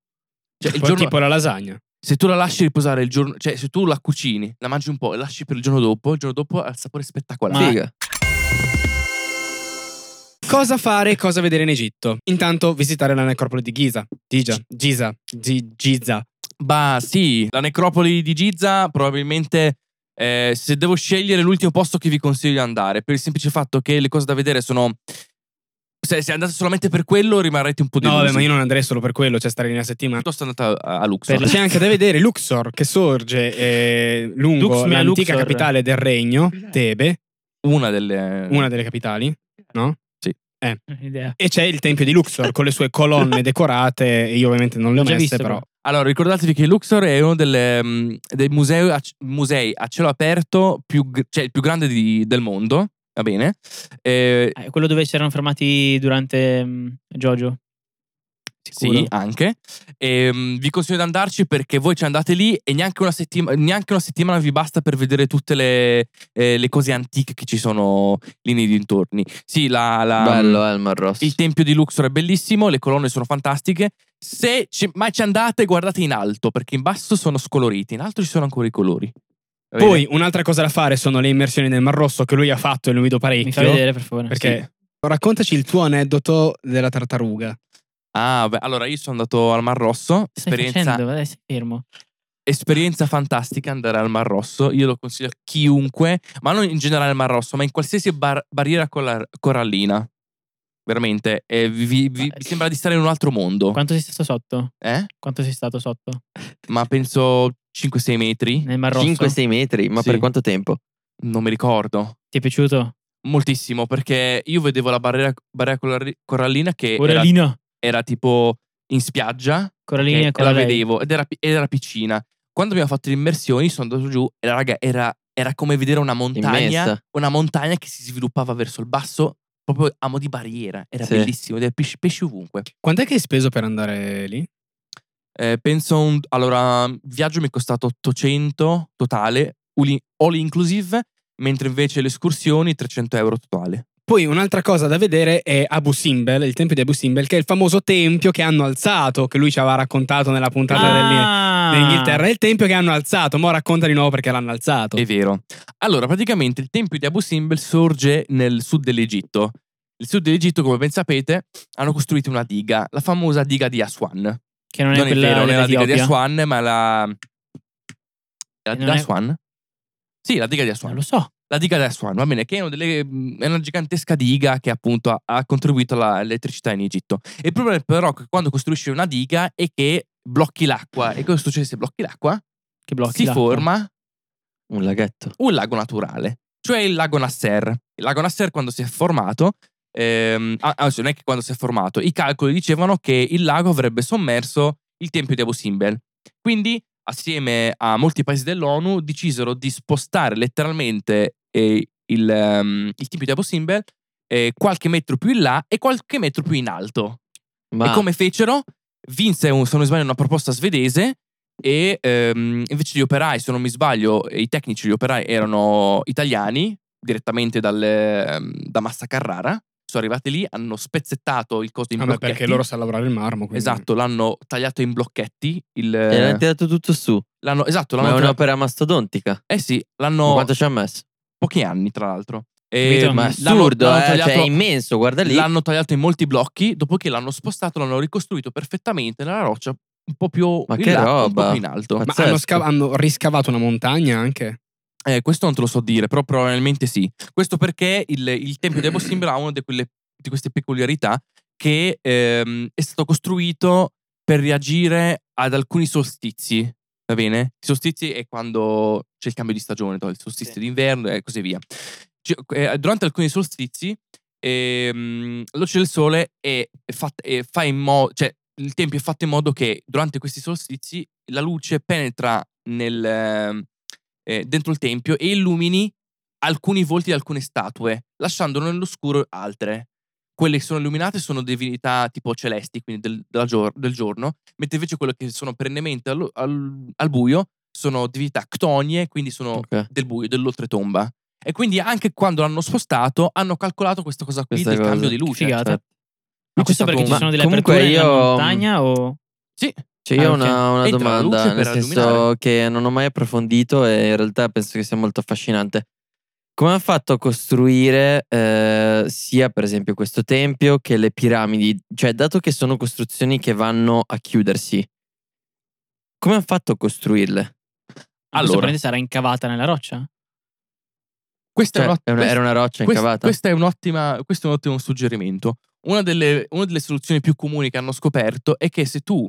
Speaker 5: Cioè, il
Speaker 3: Poi
Speaker 5: giorno,
Speaker 3: tipo la lasagna.
Speaker 5: se tu la lasci riposare il giorno, cioè se tu la cucini, la mangi un po' e la lasci per il giorno dopo, il giorno dopo ha il sapore spettacolare.
Speaker 4: Figa.
Speaker 3: Cosa fare e cosa vedere in Egitto? Intanto visitare la necropoli di Giza. Giza, Giza, Gi- Giza.
Speaker 5: Bah, sì, la necropoli di Giza probabilmente eh, se devo scegliere l'ultimo posto che vi consiglio di andare, per il semplice fatto che le cose da vedere sono se, se andate solamente per quello rimarrete un po' di
Speaker 3: No, vabbè, ma io non andrei solo per quello, cioè stare lì una settimana.
Speaker 5: piuttosto andate a, a Luxor.
Speaker 3: C'è anche da vedere Luxor che sorge eh, lungo
Speaker 1: Luxmea
Speaker 3: l'antica
Speaker 1: Luxor.
Speaker 3: capitale del regno, Tebe,
Speaker 5: Una delle
Speaker 3: una delle capitali, no?
Speaker 1: Non ho eh, idea.
Speaker 3: E c'è il tempio di Luxor con le sue colonne decorate. e Io ovviamente non le ho
Speaker 1: L'ho già
Speaker 3: messe,
Speaker 1: visto,
Speaker 3: però.
Speaker 5: Allora, ricordatevi che Luxor è uno delle, mm, dei musei a, musei a cielo aperto, più, gr- cioè il più grande di- del mondo, va bene? Eh,
Speaker 1: Eh, quello dove si erano fermati durante mm, mh, Jojo.
Speaker 5: sì, anche. E, mm, vi consiglio di andarci perché voi ci andate lì e neanche una, settima- neanche una settimana vi basta per vedere tutte le, eh, le cose antiche che ci sono lì nei dintorni. Sì, la, la- mm,
Speaker 4: Bello, eh. Elmer Ross.
Speaker 5: Il tempio di Luxor è bellissimo, le colonne sono fantastiche. Se ci- mai ci andate, guardate in alto, perché in basso sono scoloriti, in alto ci sono ancora i colori. Va bene?
Speaker 3: Poi un'altra cosa da fare sono le immersioni nel Mar Rosso che lui ha fatto e lui vedo parecchio.
Speaker 1: Mi fai vedere, per favore.
Speaker 3: Perché raccontaci il tuo aneddoto della tartaruga.
Speaker 5: Ah, beh, allora io sono andato al Mar Rosso,
Speaker 1: Sì. Stai
Speaker 5: esperienza,
Speaker 1: facendo? Dai, stai fermo.
Speaker 5: esperienza fantastica andare al Mar Rosso, io lo consiglio a chiunque, ma non in generale al Mar Rosso, ma in qualsiasi bar- barriera colla- corallina. Veramente, eh, vi, vi- vi- vi sembra di stare in un altro mondo,
Speaker 1: Quanto sei stato sotto?
Speaker 5: eh?
Speaker 1: Quanto sei stato sotto?
Speaker 5: ma penso 5-6 metri,
Speaker 1: Nel Mar Rosso?
Speaker 4: 5-6 metri, ma
Speaker 5: Sì.
Speaker 4: per quanto tempo?
Speaker 5: non mi ricordo.
Speaker 1: Ti è piaciuto?
Speaker 5: Moltissimo, perché io vedevo la barriera, barriera coralli- corallina che era,
Speaker 1: Corallina.
Speaker 5: era tipo in spiaggia
Speaker 1: Corallina
Speaker 5: che
Speaker 1: e
Speaker 5: la
Speaker 1: Corallei.
Speaker 5: vedevo ed era, pi- ed era piccina. Quando abbiamo fatto le immersioni, sono andato giù e la raga era, era come vedere una montagna,
Speaker 4: Immensa.
Speaker 5: una montagna che si sviluppava verso il basso, proprio a mo' di barriera. Era
Speaker 4: Sì.
Speaker 5: bellissimo, ed era pesci, pesci ovunque.
Speaker 3: Quant'è che hai speso per andare lì?
Speaker 5: Eh, penso un, allora, il viaggio mi è costato 800 totale, uli- all inclusive, mentre invece le escursioni 300 euro totale.
Speaker 3: Poi un'altra cosa da vedere è Abu Simbel, il tempio di Abu Simbel, che è il famoso tempio che hanno alzato, che lui ci aveva raccontato nella puntata dell'I-
Speaker 1: Ah!
Speaker 3: dell'Inghilterra. È il tempio che hanno alzato, mo racconta di nuovo perché l'hanno alzato.
Speaker 5: È vero. Allora, praticamente il tempio di Abu Simbel sorge nel sud dell'Egitto. Il sud dell'Egitto, come ben sapete, hanno costruito una diga, la famosa diga di Aswan. Non,
Speaker 1: Che non è
Speaker 5: è
Speaker 1: quella
Speaker 5: vero, non è la diga di
Speaker 1: dell'Etiopia.
Speaker 5: Aswan, ma la. La
Speaker 1: E
Speaker 5: diga
Speaker 1: non
Speaker 5: di
Speaker 1: è-
Speaker 5: Aswan? Sì, la diga di
Speaker 1: Non
Speaker 5: Aswan.
Speaker 1: lo so.
Speaker 5: La diga di Aswan, va bene, che è una, delle- è una gigantesca diga che appunto ha, ha contribuito alla- all'elettricità in Egitto. Il problema però che quando costruisci una diga è che blocchi l'acqua. E cosa succede se blocchi l'acqua?
Speaker 1: Che blocchi
Speaker 5: si
Speaker 1: l'acqua.
Speaker 5: forma
Speaker 4: Un laghetto.
Speaker 5: un lago naturale, cioè il lago Nasser. Il lago Nasser quando si è formato, ehm, ah, anzi non è che quando si è formato, i calcoli dicevano che il lago avrebbe sommerso il tempio di Abu Simbel. Quindi assieme a molti paesi dell'ONU decisero di spostare letteralmente eh, il, ehm, il tempio di Abu Simbel eh, qualche metro più in là e qualche metro più in alto.
Speaker 4: Ma
Speaker 5: E come fecero? Vinse, un- se non mi sbaglio, una proposta svedese e ehm, invece gli operai, se non mi sbaglio, i tecnici, gli operai erano italiani, direttamente dal, ehm, da Massa Carrara. sono arrivate lì, hanno spezzettato il coso in
Speaker 3: Vabbè,
Speaker 5: blocchetti.
Speaker 3: perché loro sanno lavorare il marmo. quindi-
Speaker 5: Esatto, l'hanno tagliato in blocchetti. Il,
Speaker 4: E l'hanno tirato tutto su.
Speaker 5: l'hanno- esatto,
Speaker 4: Ma è
Speaker 5: l'hanno
Speaker 4: un'opera mastodontica.
Speaker 5: Eh sì,
Speaker 4: Ma
Speaker 5: l'hanno
Speaker 4: Quanto ci ha messo?
Speaker 5: pochi anni, tra l'altro.
Speaker 1: Capito?
Speaker 4: Ma è
Speaker 5: l'hanno-
Speaker 4: assurdo,
Speaker 5: l'hanno
Speaker 4: eh,
Speaker 5: tagliato-
Speaker 4: cioè, è immenso, guarda lì.
Speaker 5: L'hanno tagliato in molti blocchi, dopodiché l'hanno spostato, l'hanno ricostruito perfettamente nella roccia, un po' più
Speaker 4: Ma
Speaker 5: in
Speaker 4: che
Speaker 5: là, un
Speaker 4: roba.
Speaker 5: po' più in alto.
Speaker 4: Ma-
Speaker 3: Ma hanno,
Speaker 4: Pazzesco.
Speaker 3: sca- hanno riscavato una montagna anche.
Speaker 5: Eh, questo non te lo so dire, però probabilmente sì. Questo perché il, il tempio di Abbo Simbra ha una di, quelle- di queste peculiarità che ehm, è stato costruito per reagire ad alcuni solstizi. Va bene? I solstizi è quando c'è il cambio di stagione, no? il solstizio d'inverno e così via. Ci- eh, durante alcuni solstizi ehm, la luce del sole è, è fatta- è- fa in modo, cioè il tempio è fatto in modo che durante questi solstizi la luce penetra nel, ehm, eh, dentro il tempio e illumini alcuni volti di alcune statue, lasciando nell'oscuro altre. Quelle che sono illuminate sono divinità tipo celesti, quindi del, della gior- del giorno, mentre invece quelle che sono perennemente allo- al- al buio sono divinità ctonie, quindi sono
Speaker 4: Ok.
Speaker 5: del buio, dell'oltretomba. E quindi anche quando l'hanno spostato hanno calcolato questa cosa qui
Speaker 4: Questa
Speaker 5: del
Speaker 4: cosa.
Speaker 5: cambio di luce.
Speaker 1: Figata.
Speaker 5: Cioè,
Speaker 1: Ma
Speaker 5: qui
Speaker 1: questo
Speaker 5: c'è stato
Speaker 1: perché ci
Speaker 5: un-
Speaker 1: sono delle
Speaker 4: comunque
Speaker 1: aperture nella
Speaker 5: mm,
Speaker 4: io-
Speaker 1: montagna o...
Speaker 5: Sì,
Speaker 4: Cioè, io ho
Speaker 1: Ah, ok.
Speaker 4: una, una
Speaker 5: Entra la luce
Speaker 4: domanda,
Speaker 5: per
Speaker 4: nel senso
Speaker 5: illuminare.
Speaker 4: che non ho mai approfondito e in realtà penso che sia molto affascinante. Come hanno fatto a costruire eh, sia per esempio questo tempio che le piramidi? Cioè, dato che sono costruzioni che vanno a chiudersi, come hanno fatto a costruirle?
Speaker 1: Allora.
Speaker 5: allora,
Speaker 1: sarà incavata nella roccia? Cioè,
Speaker 5: questa
Speaker 4: Cioè,
Speaker 5: è una,
Speaker 4: è una- era una roccia
Speaker 5: Quest-
Speaker 4: incavata?
Speaker 5: questa è un'ottima- questo è un ottimo suggerimento. Una delle, una delle soluzioni più comuni che hanno scoperto è che se tu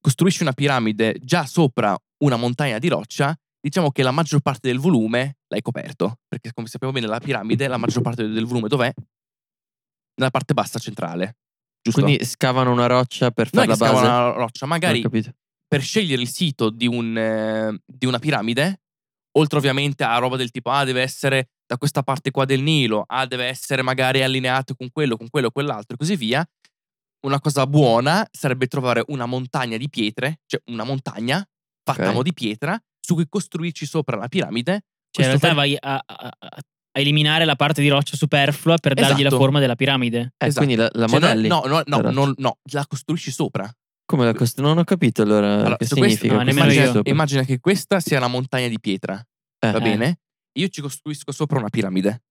Speaker 5: costruisci una piramide già sopra una montagna di roccia, diciamo che la maggior parte del volume l'hai coperto. Perché, come sappiamo bene, la piramide, la maggior parte del volume dov'è? Nella parte bassa centrale. Giusto?
Speaker 4: Quindi scavano una roccia per
Speaker 5: non è
Speaker 4: fare
Speaker 5: che
Speaker 4: la base?
Speaker 5: scavano la roccia,
Speaker 4: Non ho
Speaker 5: magari
Speaker 4: capito.
Speaker 5: per scegliere il sito di, un, eh, di una piramide, oltre ovviamente a roba del tipo, ah, deve essere da questa parte qua del Nilo, ah, deve essere magari allineato con quello, con quello, quell'altro e così via, una cosa buona sarebbe trovare una montagna di pietre, cioè una montagna fatta
Speaker 4: Ok.
Speaker 5: mo di pietra, su cui costruirci sopra la piramide.
Speaker 1: Cioè, in
Speaker 5: Questo
Speaker 1: realtà
Speaker 5: fa-
Speaker 1: vai a, a- a- a eliminare la parte di roccia superflua per dargli la
Speaker 5: Esatto.
Speaker 1: forma della piramide.
Speaker 4: Eh,
Speaker 5: Esatto.
Speaker 4: Quindi la, la
Speaker 5: Cioè, no,
Speaker 4: modelli?
Speaker 5: No, no, no,
Speaker 4: Però-
Speaker 5: non- no, la costruisci sopra.
Speaker 4: Come la cost- non ho capito allora,
Speaker 5: Allora,
Speaker 4: che
Speaker 5: su questo-
Speaker 4: significa.
Speaker 1: no,
Speaker 4: questo
Speaker 1: nemmeno
Speaker 4: lì
Speaker 1: io.
Speaker 5: immagina,
Speaker 4: sopra.
Speaker 5: immagina che questa sia una montagna di pietra.
Speaker 4: Eh.
Speaker 5: Va
Speaker 1: Eh.
Speaker 5: bene? Io ci costruisco sopra una piramide.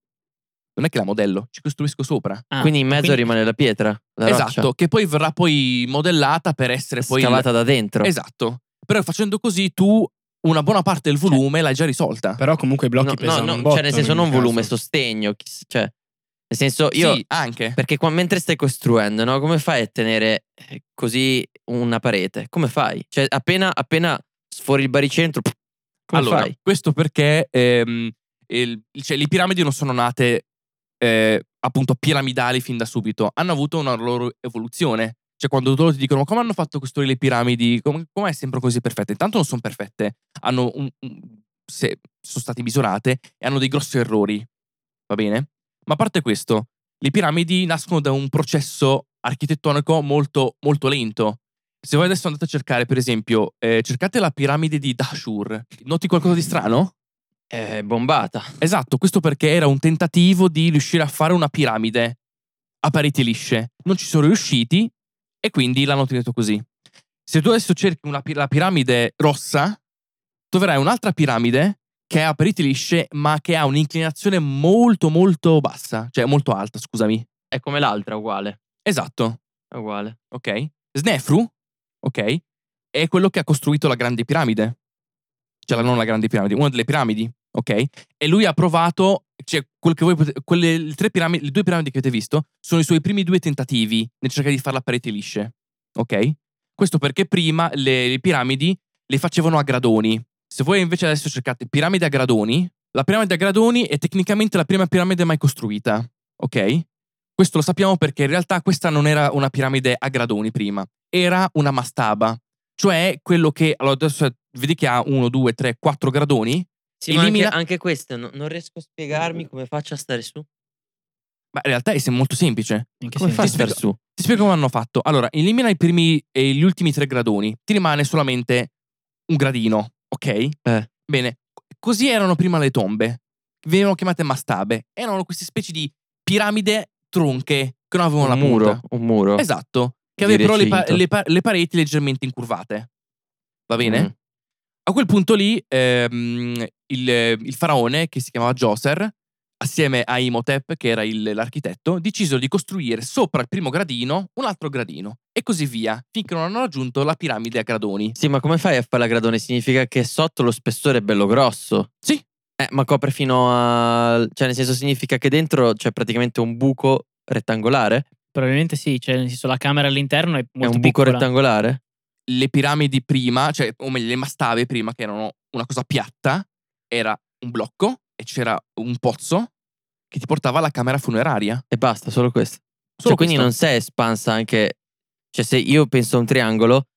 Speaker 5: Non è che la modello, ci costruisco sopra.
Speaker 1: Ah,
Speaker 4: Quindi in mezzo
Speaker 1: quindi-
Speaker 4: rimane la pietra, la
Speaker 5: esatto,
Speaker 4: roccia,
Speaker 5: che poi verrà poi modellata per essere poi... il-
Speaker 4: scavata da dentro.
Speaker 5: Esatto. Però facendo così tu una buona parte del volume l'hai già risolta.
Speaker 3: Però comunque i blocchi
Speaker 4: No, no,
Speaker 3: pesano
Speaker 4: no,
Speaker 3: un botto.
Speaker 4: cioè nel senso
Speaker 3: in ogni
Speaker 4: non volume,
Speaker 3: caso.
Speaker 4: sostegno, chi- cioè nel senso io
Speaker 5: sì, anche.
Speaker 4: perché qua mentre stai costruendo, no, come fai a tenere eh, così una parete? Come fai? Cioè appena appena sfori il baricentro pff, come
Speaker 5: allora,
Speaker 4: fai?
Speaker 5: questo perché ehm, il- cioè, le piramidi non sono nate eh, appunto piramidali fin da subito, hanno avuto una loro evoluzione. Cioè, quando loro ti dicono "Ma come hanno fatto a costruire le piramidi, come è sempre così perfette? Intanto non sono perfette, hanno un- un- se- sono state misurate e hanno dei grossi errori, va bene? Ma a parte questo, le piramidi nascono da un processo architettonico molto, molto lento. Se voi adesso andate a cercare, per esempio, eh, cercate la piramide di Dashur, noti qualcosa di strano?
Speaker 4: È bombata.
Speaker 5: Esatto, questo perché era un tentativo di riuscire a fare una piramide a pareti lisce. Non ci sono riusciti e quindi l'hanno tenuto così. Se tu adesso cerchi una pi- la piramide rossa, troverai un'altra piramide che ha pareti lisce ma che ha un'inclinazione molto molto bassa, cioè molto alta, scusami.
Speaker 4: È come l'altra uguale,
Speaker 5: Esatto,
Speaker 4: è uguale.
Speaker 5: ok? Snefru, ok? È quello che ha costruito la grande piramide. Cioè, la- non la grande piramide, una delle piramidi, ok? E lui ha provato, cioè, quel che voi potete- quelle, le, tre piramidi, le due piramidi che avete visto sono i suoi primi due tentativi nel cercare di fare la parete lisce, ok? Questo perché prima le, le piramidi le facevano a gradoni. Se voi invece adesso cercate piramide a gradoni, la piramide a gradoni è tecnicamente la prima piramide mai costruita, ok? Questo lo sappiamo perché in realtà questa non era una piramide a gradoni prima, era una mastaba, cioè quello che allora adesso vedi che ha 1 2 3 4 gradoni,
Speaker 4: Sì, ma anche,
Speaker 5: Elimina-
Speaker 4: anche questa no- non riesco a spiegarmi come faccia a stare su.
Speaker 5: ma in realtà è sem- molto semplice.
Speaker 1: In che
Speaker 4: Come
Speaker 1: senso?
Speaker 4: fa a stare su?
Speaker 5: Ti spiego come hanno fatto. Allora, elimina i primi e gli ultimi tre gradoni, ti rimane solamente un gradino, ok?
Speaker 4: Eh.
Speaker 5: Bene, così erano prima le tombe. Venivano chiamate mastabe, erano queste specie di piramide tronche che non avevano
Speaker 4: un,
Speaker 5: la
Speaker 4: muro,
Speaker 5: punta.
Speaker 4: un muro.
Speaker 5: Esatto, che
Speaker 4: Ecco. Di
Speaker 5: avevano le, pa-
Speaker 4: recinto.
Speaker 5: le pa- le pareti leggermente incurvate. Va bene?
Speaker 4: Mm.
Speaker 5: A quel punto lì ehm, il, il faraone, che si chiamava Djoser, assieme a Imhotep, che era il- l'architetto, decisero di costruire sopra il primo gradino un altro gradino e così via, finché non hanno raggiunto la piramide a gradoni.
Speaker 4: Sì, ma come fai a fare la gradone? Significa che sotto lo spessore è bello grosso.
Speaker 5: Sì.
Speaker 4: Eh, ma copre fino a... Cioè, nel senso significa che dentro c'è praticamente un buco rettangolare?
Speaker 1: Probabilmente sì, cioè nel senso la camera all'interno è molto
Speaker 4: è un
Speaker 1: piccola.
Speaker 4: buco rettangolare?
Speaker 5: Le piramidi prima, cioè, o meglio, le mastave prima, che erano una cosa piatta, era un blocco e c'era un pozzo che ti portava alla camera funeraria.
Speaker 4: E basta, solo questo. cioè,
Speaker 5: Solo
Speaker 4: quindi
Speaker 5: questo.
Speaker 4: non si è espansa anche... Cioè, se io penso a un triangolo,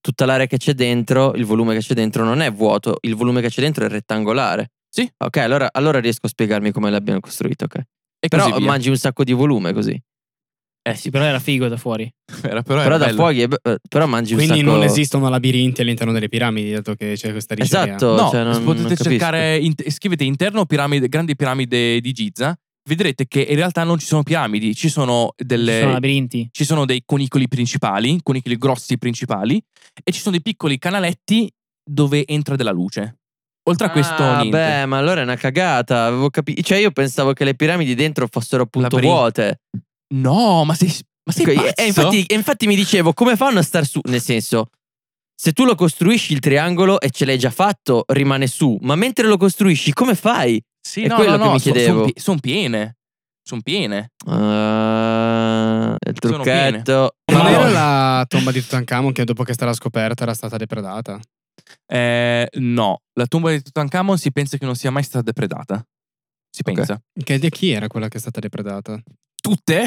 Speaker 4: tutta l'area che c'è dentro, il volume che c'è dentro non è vuoto, il volume che c'è dentro è rettangolare.
Speaker 5: Sì.
Speaker 4: Ok, allora, allora riesco a spiegarmi come l'abbiano costruito, ok?
Speaker 5: E
Speaker 4: Però
Speaker 5: così via.
Speaker 4: mangi un sacco di volume così.
Speaker 5: Eh
Speaker 1: Sì, però era figo da fuori.
Speaker 5: Era- però,
Speaker 4: però
Speaker 5: era
Speaker 4: da
Speaker 5: bello.
Speaker 4: fuochi... è be- eh, Però mangi un
Speaker 3: Quindi
Speaker 4: sacco...
Speaker 3: non esistono labirinti all'interno delle piramidi, dato che c'è questa ricerca.
Speaker 4: Esatto,
Speaker 5: No,
Speaker 4: cioè, non-
Speaker 5: potete
Speaker 4: non capisco.
Speaker 5: cercare, in- scrivete interno piramide, grandi piramide di Giza, vedrete che in realtà non ci sono piramidi, ci sono, delle-
Speaker 1: Ci sono labirinti.
Speaker 5: ci sono dei conicoli principali, conicoli grossi principali, e ci sono dei piccoli canaletti dove entra della luce. Oltre a questo,
Speaker 4: Ah,
Speaker 5: niente.
Speaker 4: beh, ma allora è una cagata. Avevo capito. Cioè, io pensavo che le piramidi dentro fossero appunto
Speaker 5: Labirin-
Speaker 4: vuote.
Speaker 5: No, ma sei, ma sei
Speaker 4: Dico,
Speaker 5: pazzo?
Speaker 4: e Ecco, infatti, e infatti mi dicevo, come fanno a star su? Nel senso, se tu lo costruisci il triangolo e ce l'hai già fatto, rimane su. Ma mentre lo costruisci, come fai?
Speaker 5: sì,
Speaker 4: è
Speaker 5: no,
Speaker 4: quello
Speaker 5: no,
Speaker 4: che mi
Speaker 5: so- son
Speaker 4: chiedevo.
Speaker 5: pi- son piene. Sono piene.
Speaker 4: Ah, il
Speaker 5: Sono piene.
Speaker 4: trucchetto.
Speaker 3: Ma
Speaker 5: Ma
Speaker 3: era
Speaker 5: no.
Speaker 3: la tomba di Tutankhamon che dopo che è stata scoperta era stata depredata?
Speaker 5: Eh, no, la tomba di Tutankhamon si pensa che non sia mai stata depredata. Si
Speaker 4: Ok.
Speaker 5: pensa.
Speaker 3: Che di chi era quella che è stata depredata?
Speaker 5: tutte,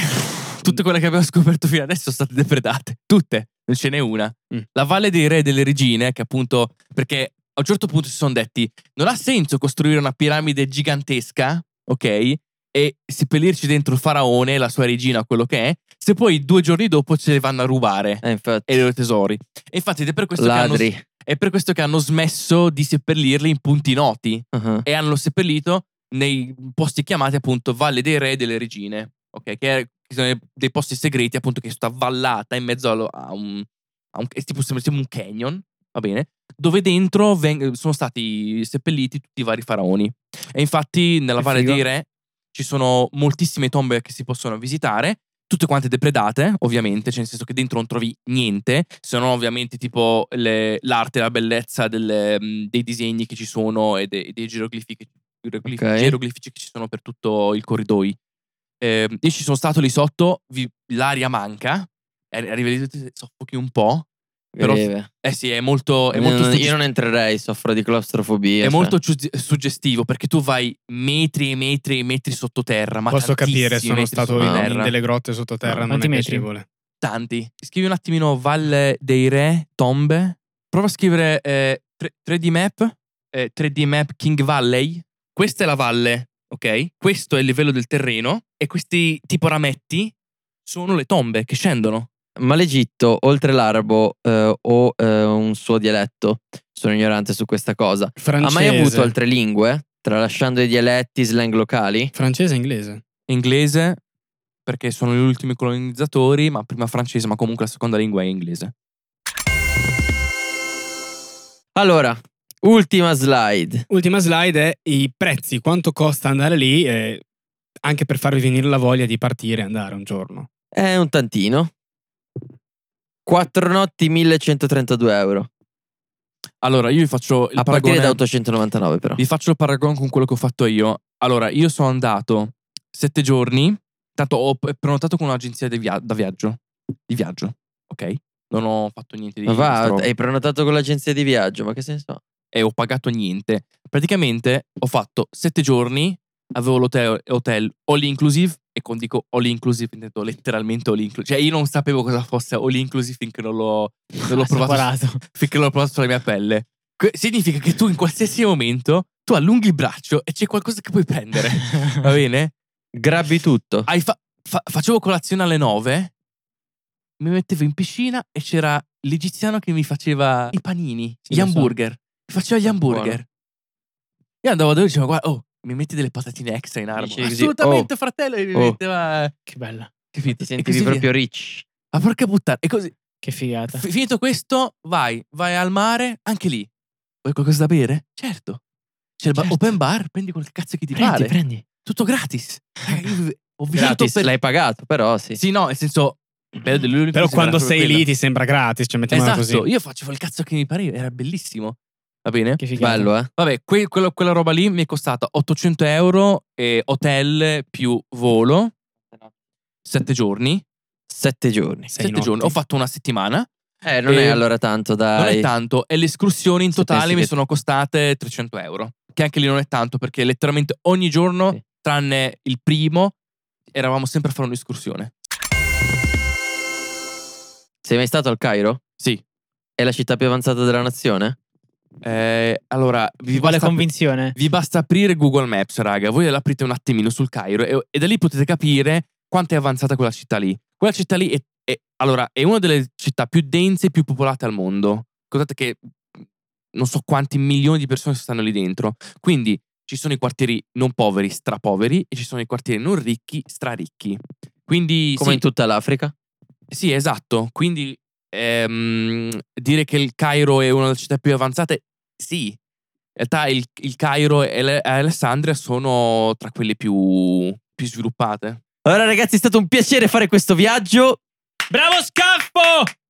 Speaker 5: tutte quelle che abbiamo scoperto fino adesso sono state depredate. Tutte, non ce n'è una.
Speaker 3: Mm.
Speaker 5: La Valle dei Re e delle Regine, che appunto, perché a un certo punto si sono detti, non ha senso costruire una piramide gigantesca, ok? E seppellirci dentro il faraone, la sua regina, quello che è, se poi due giorni dopo ce le vanno a rubare.
Speaker 4: Eh, infatti,
Speaker 5: E i loro tesori. E infatti ed è per, questo che hanno,
Speaker 4: ladri.
Speaker 5: è per questo che hanno smesso di seppellirli in punti noti
Speaker 4: Ah,
Speaker 5: e hanno seppellito nei posti chiamati appunto Valle dei Re e delle Regine, ok? Che, è- che sono dei posti segreti appunto che sta vallata in mezzo allo- a un, a un- è tipo, sembra, sembra un canyon, va bene? Dove dentro veng- sono stati seppelliti tutti i vari faraoni. E infatti nella
Speaker 1: Che
Speaker 5: Valle
Speaker 1: figo.
Speaker 5: dei Re ci sono moltissime tombe che si possono visitare, tutte quante depredate, ovviamente, cioè nel senso che dentro non trovi niente, se non ovviamente tipo le- l'arte e la bellezza delle, mh, dei disegni che ci sono e dei, dei geroglifi che- geroglifi-
Speaker 4: Ok.
Speaker 5: geroglifici che ci sono per tutto il corridoio. Eh, io ci sono stato lì sotto, vi- l'aria manca, eh, arrivi lì, soffochi un po'. però-
Speaker 4: breve.
Speaker 5: Eh sì, è molto... È molto
Speaker 4: Non-
Speaker 5: sugge-
Speaker 4: io non entrerei, soffro di claustrofobia. cioè.
Speaker 5: è molto giu- suggestivo perché tu vai metri e metri e metri sottoterra. Ma
Speaker 3: Posso capire,
Speaker 5: tantissimi
Speaker 3: sono
Speaker 5: metri
Speaker 3: stato in,
Speaker 5: sottoterra.
Speaker 3: in delle grotte sottoterra,
Speaker 1: No,
Speaker 3: non è
Speaker 1: quanti metri?
Speaker 3: piacevole.
Speaker 5: tanti. Scrivi un attimino Valle dei Re, tombe. Prova a scrivere eh, tre- 3D map, eh, 3D map King Valley. Questa è la valle, ok? Questo è il livello del terreno e questi tipo rametti sono le tombe che scendono.
Speaker 4: Ma l'Egitto, oltre l'arabo eh, o eh, un suo dialetto, sono ignorante su questa cosa, ha
Speaker 3: Francese.
Speaker 4: mai avuto altre lingue, tralasciando i dialetti, slang locali?
Speaker 3: Francese e inglese.
Speaker 5: Inglese, perché sono gli ultimi colonizzatori, ma prima francese, ma comunque la seconda lingua è inglese.
Speaker 4: Allora, ultima slide.
Speaker 3: Ultima slide è i prezzi, quanto costa andare lì eh, anche per farvi venire la voglia di partire e andare un giorno.
Speaker 4: È un tantino. 4 notti 1132 euro.
Speaker 5: Allora, io vi faccio il
Speaker 4: A partire
Speaker 5: paragone-
Speaker 4: da 899 però.
Speaker 5: Vi faccio il paragone con quello che ho fatto io. Allora, io sono andato sette giorni. Tanto ho p- prenotato con un'agenzia di via- da viaggio. Di viaggio, ok? Non ho fatto niente di
Speaker 4: Ma va,
Speaker 5: sta roba.
Speaker 4: hai prenotato con l'agenzia di viaggio, ma che senso ha?
Speaker 5: e ho pagato niente. Praticamente ho fatto sette giorni. Avevo l'hotel hotel all inclusive. E con dico all inclusive, intendo letteralmente all inclusive. Cioè, io non sapevo cosa fosse all inclusive finché non l'ho, non l'ho provato
Speaker 1: Separato.
Speaker 5: finché l'ho provato sulla mia pelle. Que- significa che tu in qualsiasi momento tu allunghi il braccio e c'è qualcosa che puoi prendere. Va bene?
Speaker 4: Grabbi tutto.
Speaker 5: Hai fa- fa- facevo colazione alle 9, mi mettevo in piscina e c'era l'egiziano che mi faceva i panini,
Speaker 3: Sì,
Speaker 5: gli
Speaker 3: lo so.
Speaker 5: hamburger. Mi faceva gli hamburger.
Speaker 4: Buono.
Speaker 5: Io andavo da lui e dicevo, guarda, oh, mi metti delle patatine extra in
Speaker 4: Dici
Speaker 5: arma.
Speaker 4: così,
Speaker 5: Assolutamente,
Speaker 4: oh,
Speaker 5: fratello. E mi
Speaker 4: oh.
Speaker 5: metteva.
Speaker 1: Che bella,
Speaker 5: Capito?
Speaker 4: Ti
Speaker 5: E
Speaker 4: sentivi
Speaker 5: così via.
Speaker 4: proprio rich.
Speaker 5: Ma porca puttana. E così.
Speaker 1: che figata.
Speaker 5: Fi- finito questo, vai, vai al mare, anche lì. Vuoi qualcosa da bere? Certo. C'è il ba-
Speaker 1: Certo.
Speaker 5: open bar, prendi quel cazzo che ti
Speaker 1: Prendi,
Speaker 5: pare.
Speaker 1: prendi.
Speaker 5: Tutto gratis. Eh, io Ho viaggiato
Speaker 4: Gratis,
Speaker 5: per...
Speaker 4: l'hai pagato, però sì.
Speaker 5: Sì, no, nel senso... bello dell'Unione
Speaker 3: Mm. Però
Speaker 5: mi sembra
Speaker 3: quando
Speaker 5: proprio
Speaker 3: sei lì
Speaker 5: quello.
Speaker 3: ti sembra gratis, cioè mettiamola
Speaker 5: Esatto,
Speaker 3: così.
Speaker 5: io facevo il cazzo che mi pareva, era bellissimo. Va bene?
Speaker 1: Che figata.
Speaker 4: Bello, eh?
Speaker 5: Vabbè, que- quello- quella roba lì mi è costata 800 euro e hotel più volo, 7 giorni.
Speaker 4: Sette giorni.
Speaker 3: Sei
Speaker 5: 7
Speaker 3: notti.
Speaker 5: giorni, ho fatto una settimana.
Speaker 4: Eh, non
Speaker 5: Eh,
Speaker 4: è allora tanto, dai.
Speaker 5: Non è tanto, e le escursioni in
Speaker 4: Se pensi
Speaker 5: totale mi
Speaker 4: che-
Speaker 5: sono costate 300 euro. Che anche lì non è tanto, perché letteralmente ogni giorno,
Speaker 4: Sì.
Speaker 5: tranne il primo, eravamo sempre a fare un'escursione.
Speaker 4: Sei mai stato al Cairo?
Speaker 5: Sì.
Speaker 4: È la città più avanzata della nazione?
Speaker 5: Eh, allora, vi
Speaker 1: Ti vuole
Speaker 5: basta,
Speaker 1: convinzione.
Speaker 5: vi basta aprire Google Maps, raga. Voi l'aprite un attimino sul Cairo e, e da lì potete capire quanto è avanzata quella città lì. Quella città lì è, è- allora, è una delle città più dense e più popolate al mondo. Guardate che non so quanti milioni di persone stanno lì dentro. Quindi ci sono i quartieri non poveri, strapoveri, e ci sono i quartieri non ricchi, straricchi. Quindi
Speaker 4: Come
Speaker 5: sì,
Speaker 4: in tutta l'Africa?
Speaker 5: sì, esatto. Quindi ehm, dire che il Cairo è una delle città più avanzate, sì. In realtà il, il Cairo e le- Alessandria sono tra quelle più, più sviluppate.
Speaker 4: Allora ragazzi è stato un piacere fare questo viaggio.
Speaker 1: Bravo Scaffo!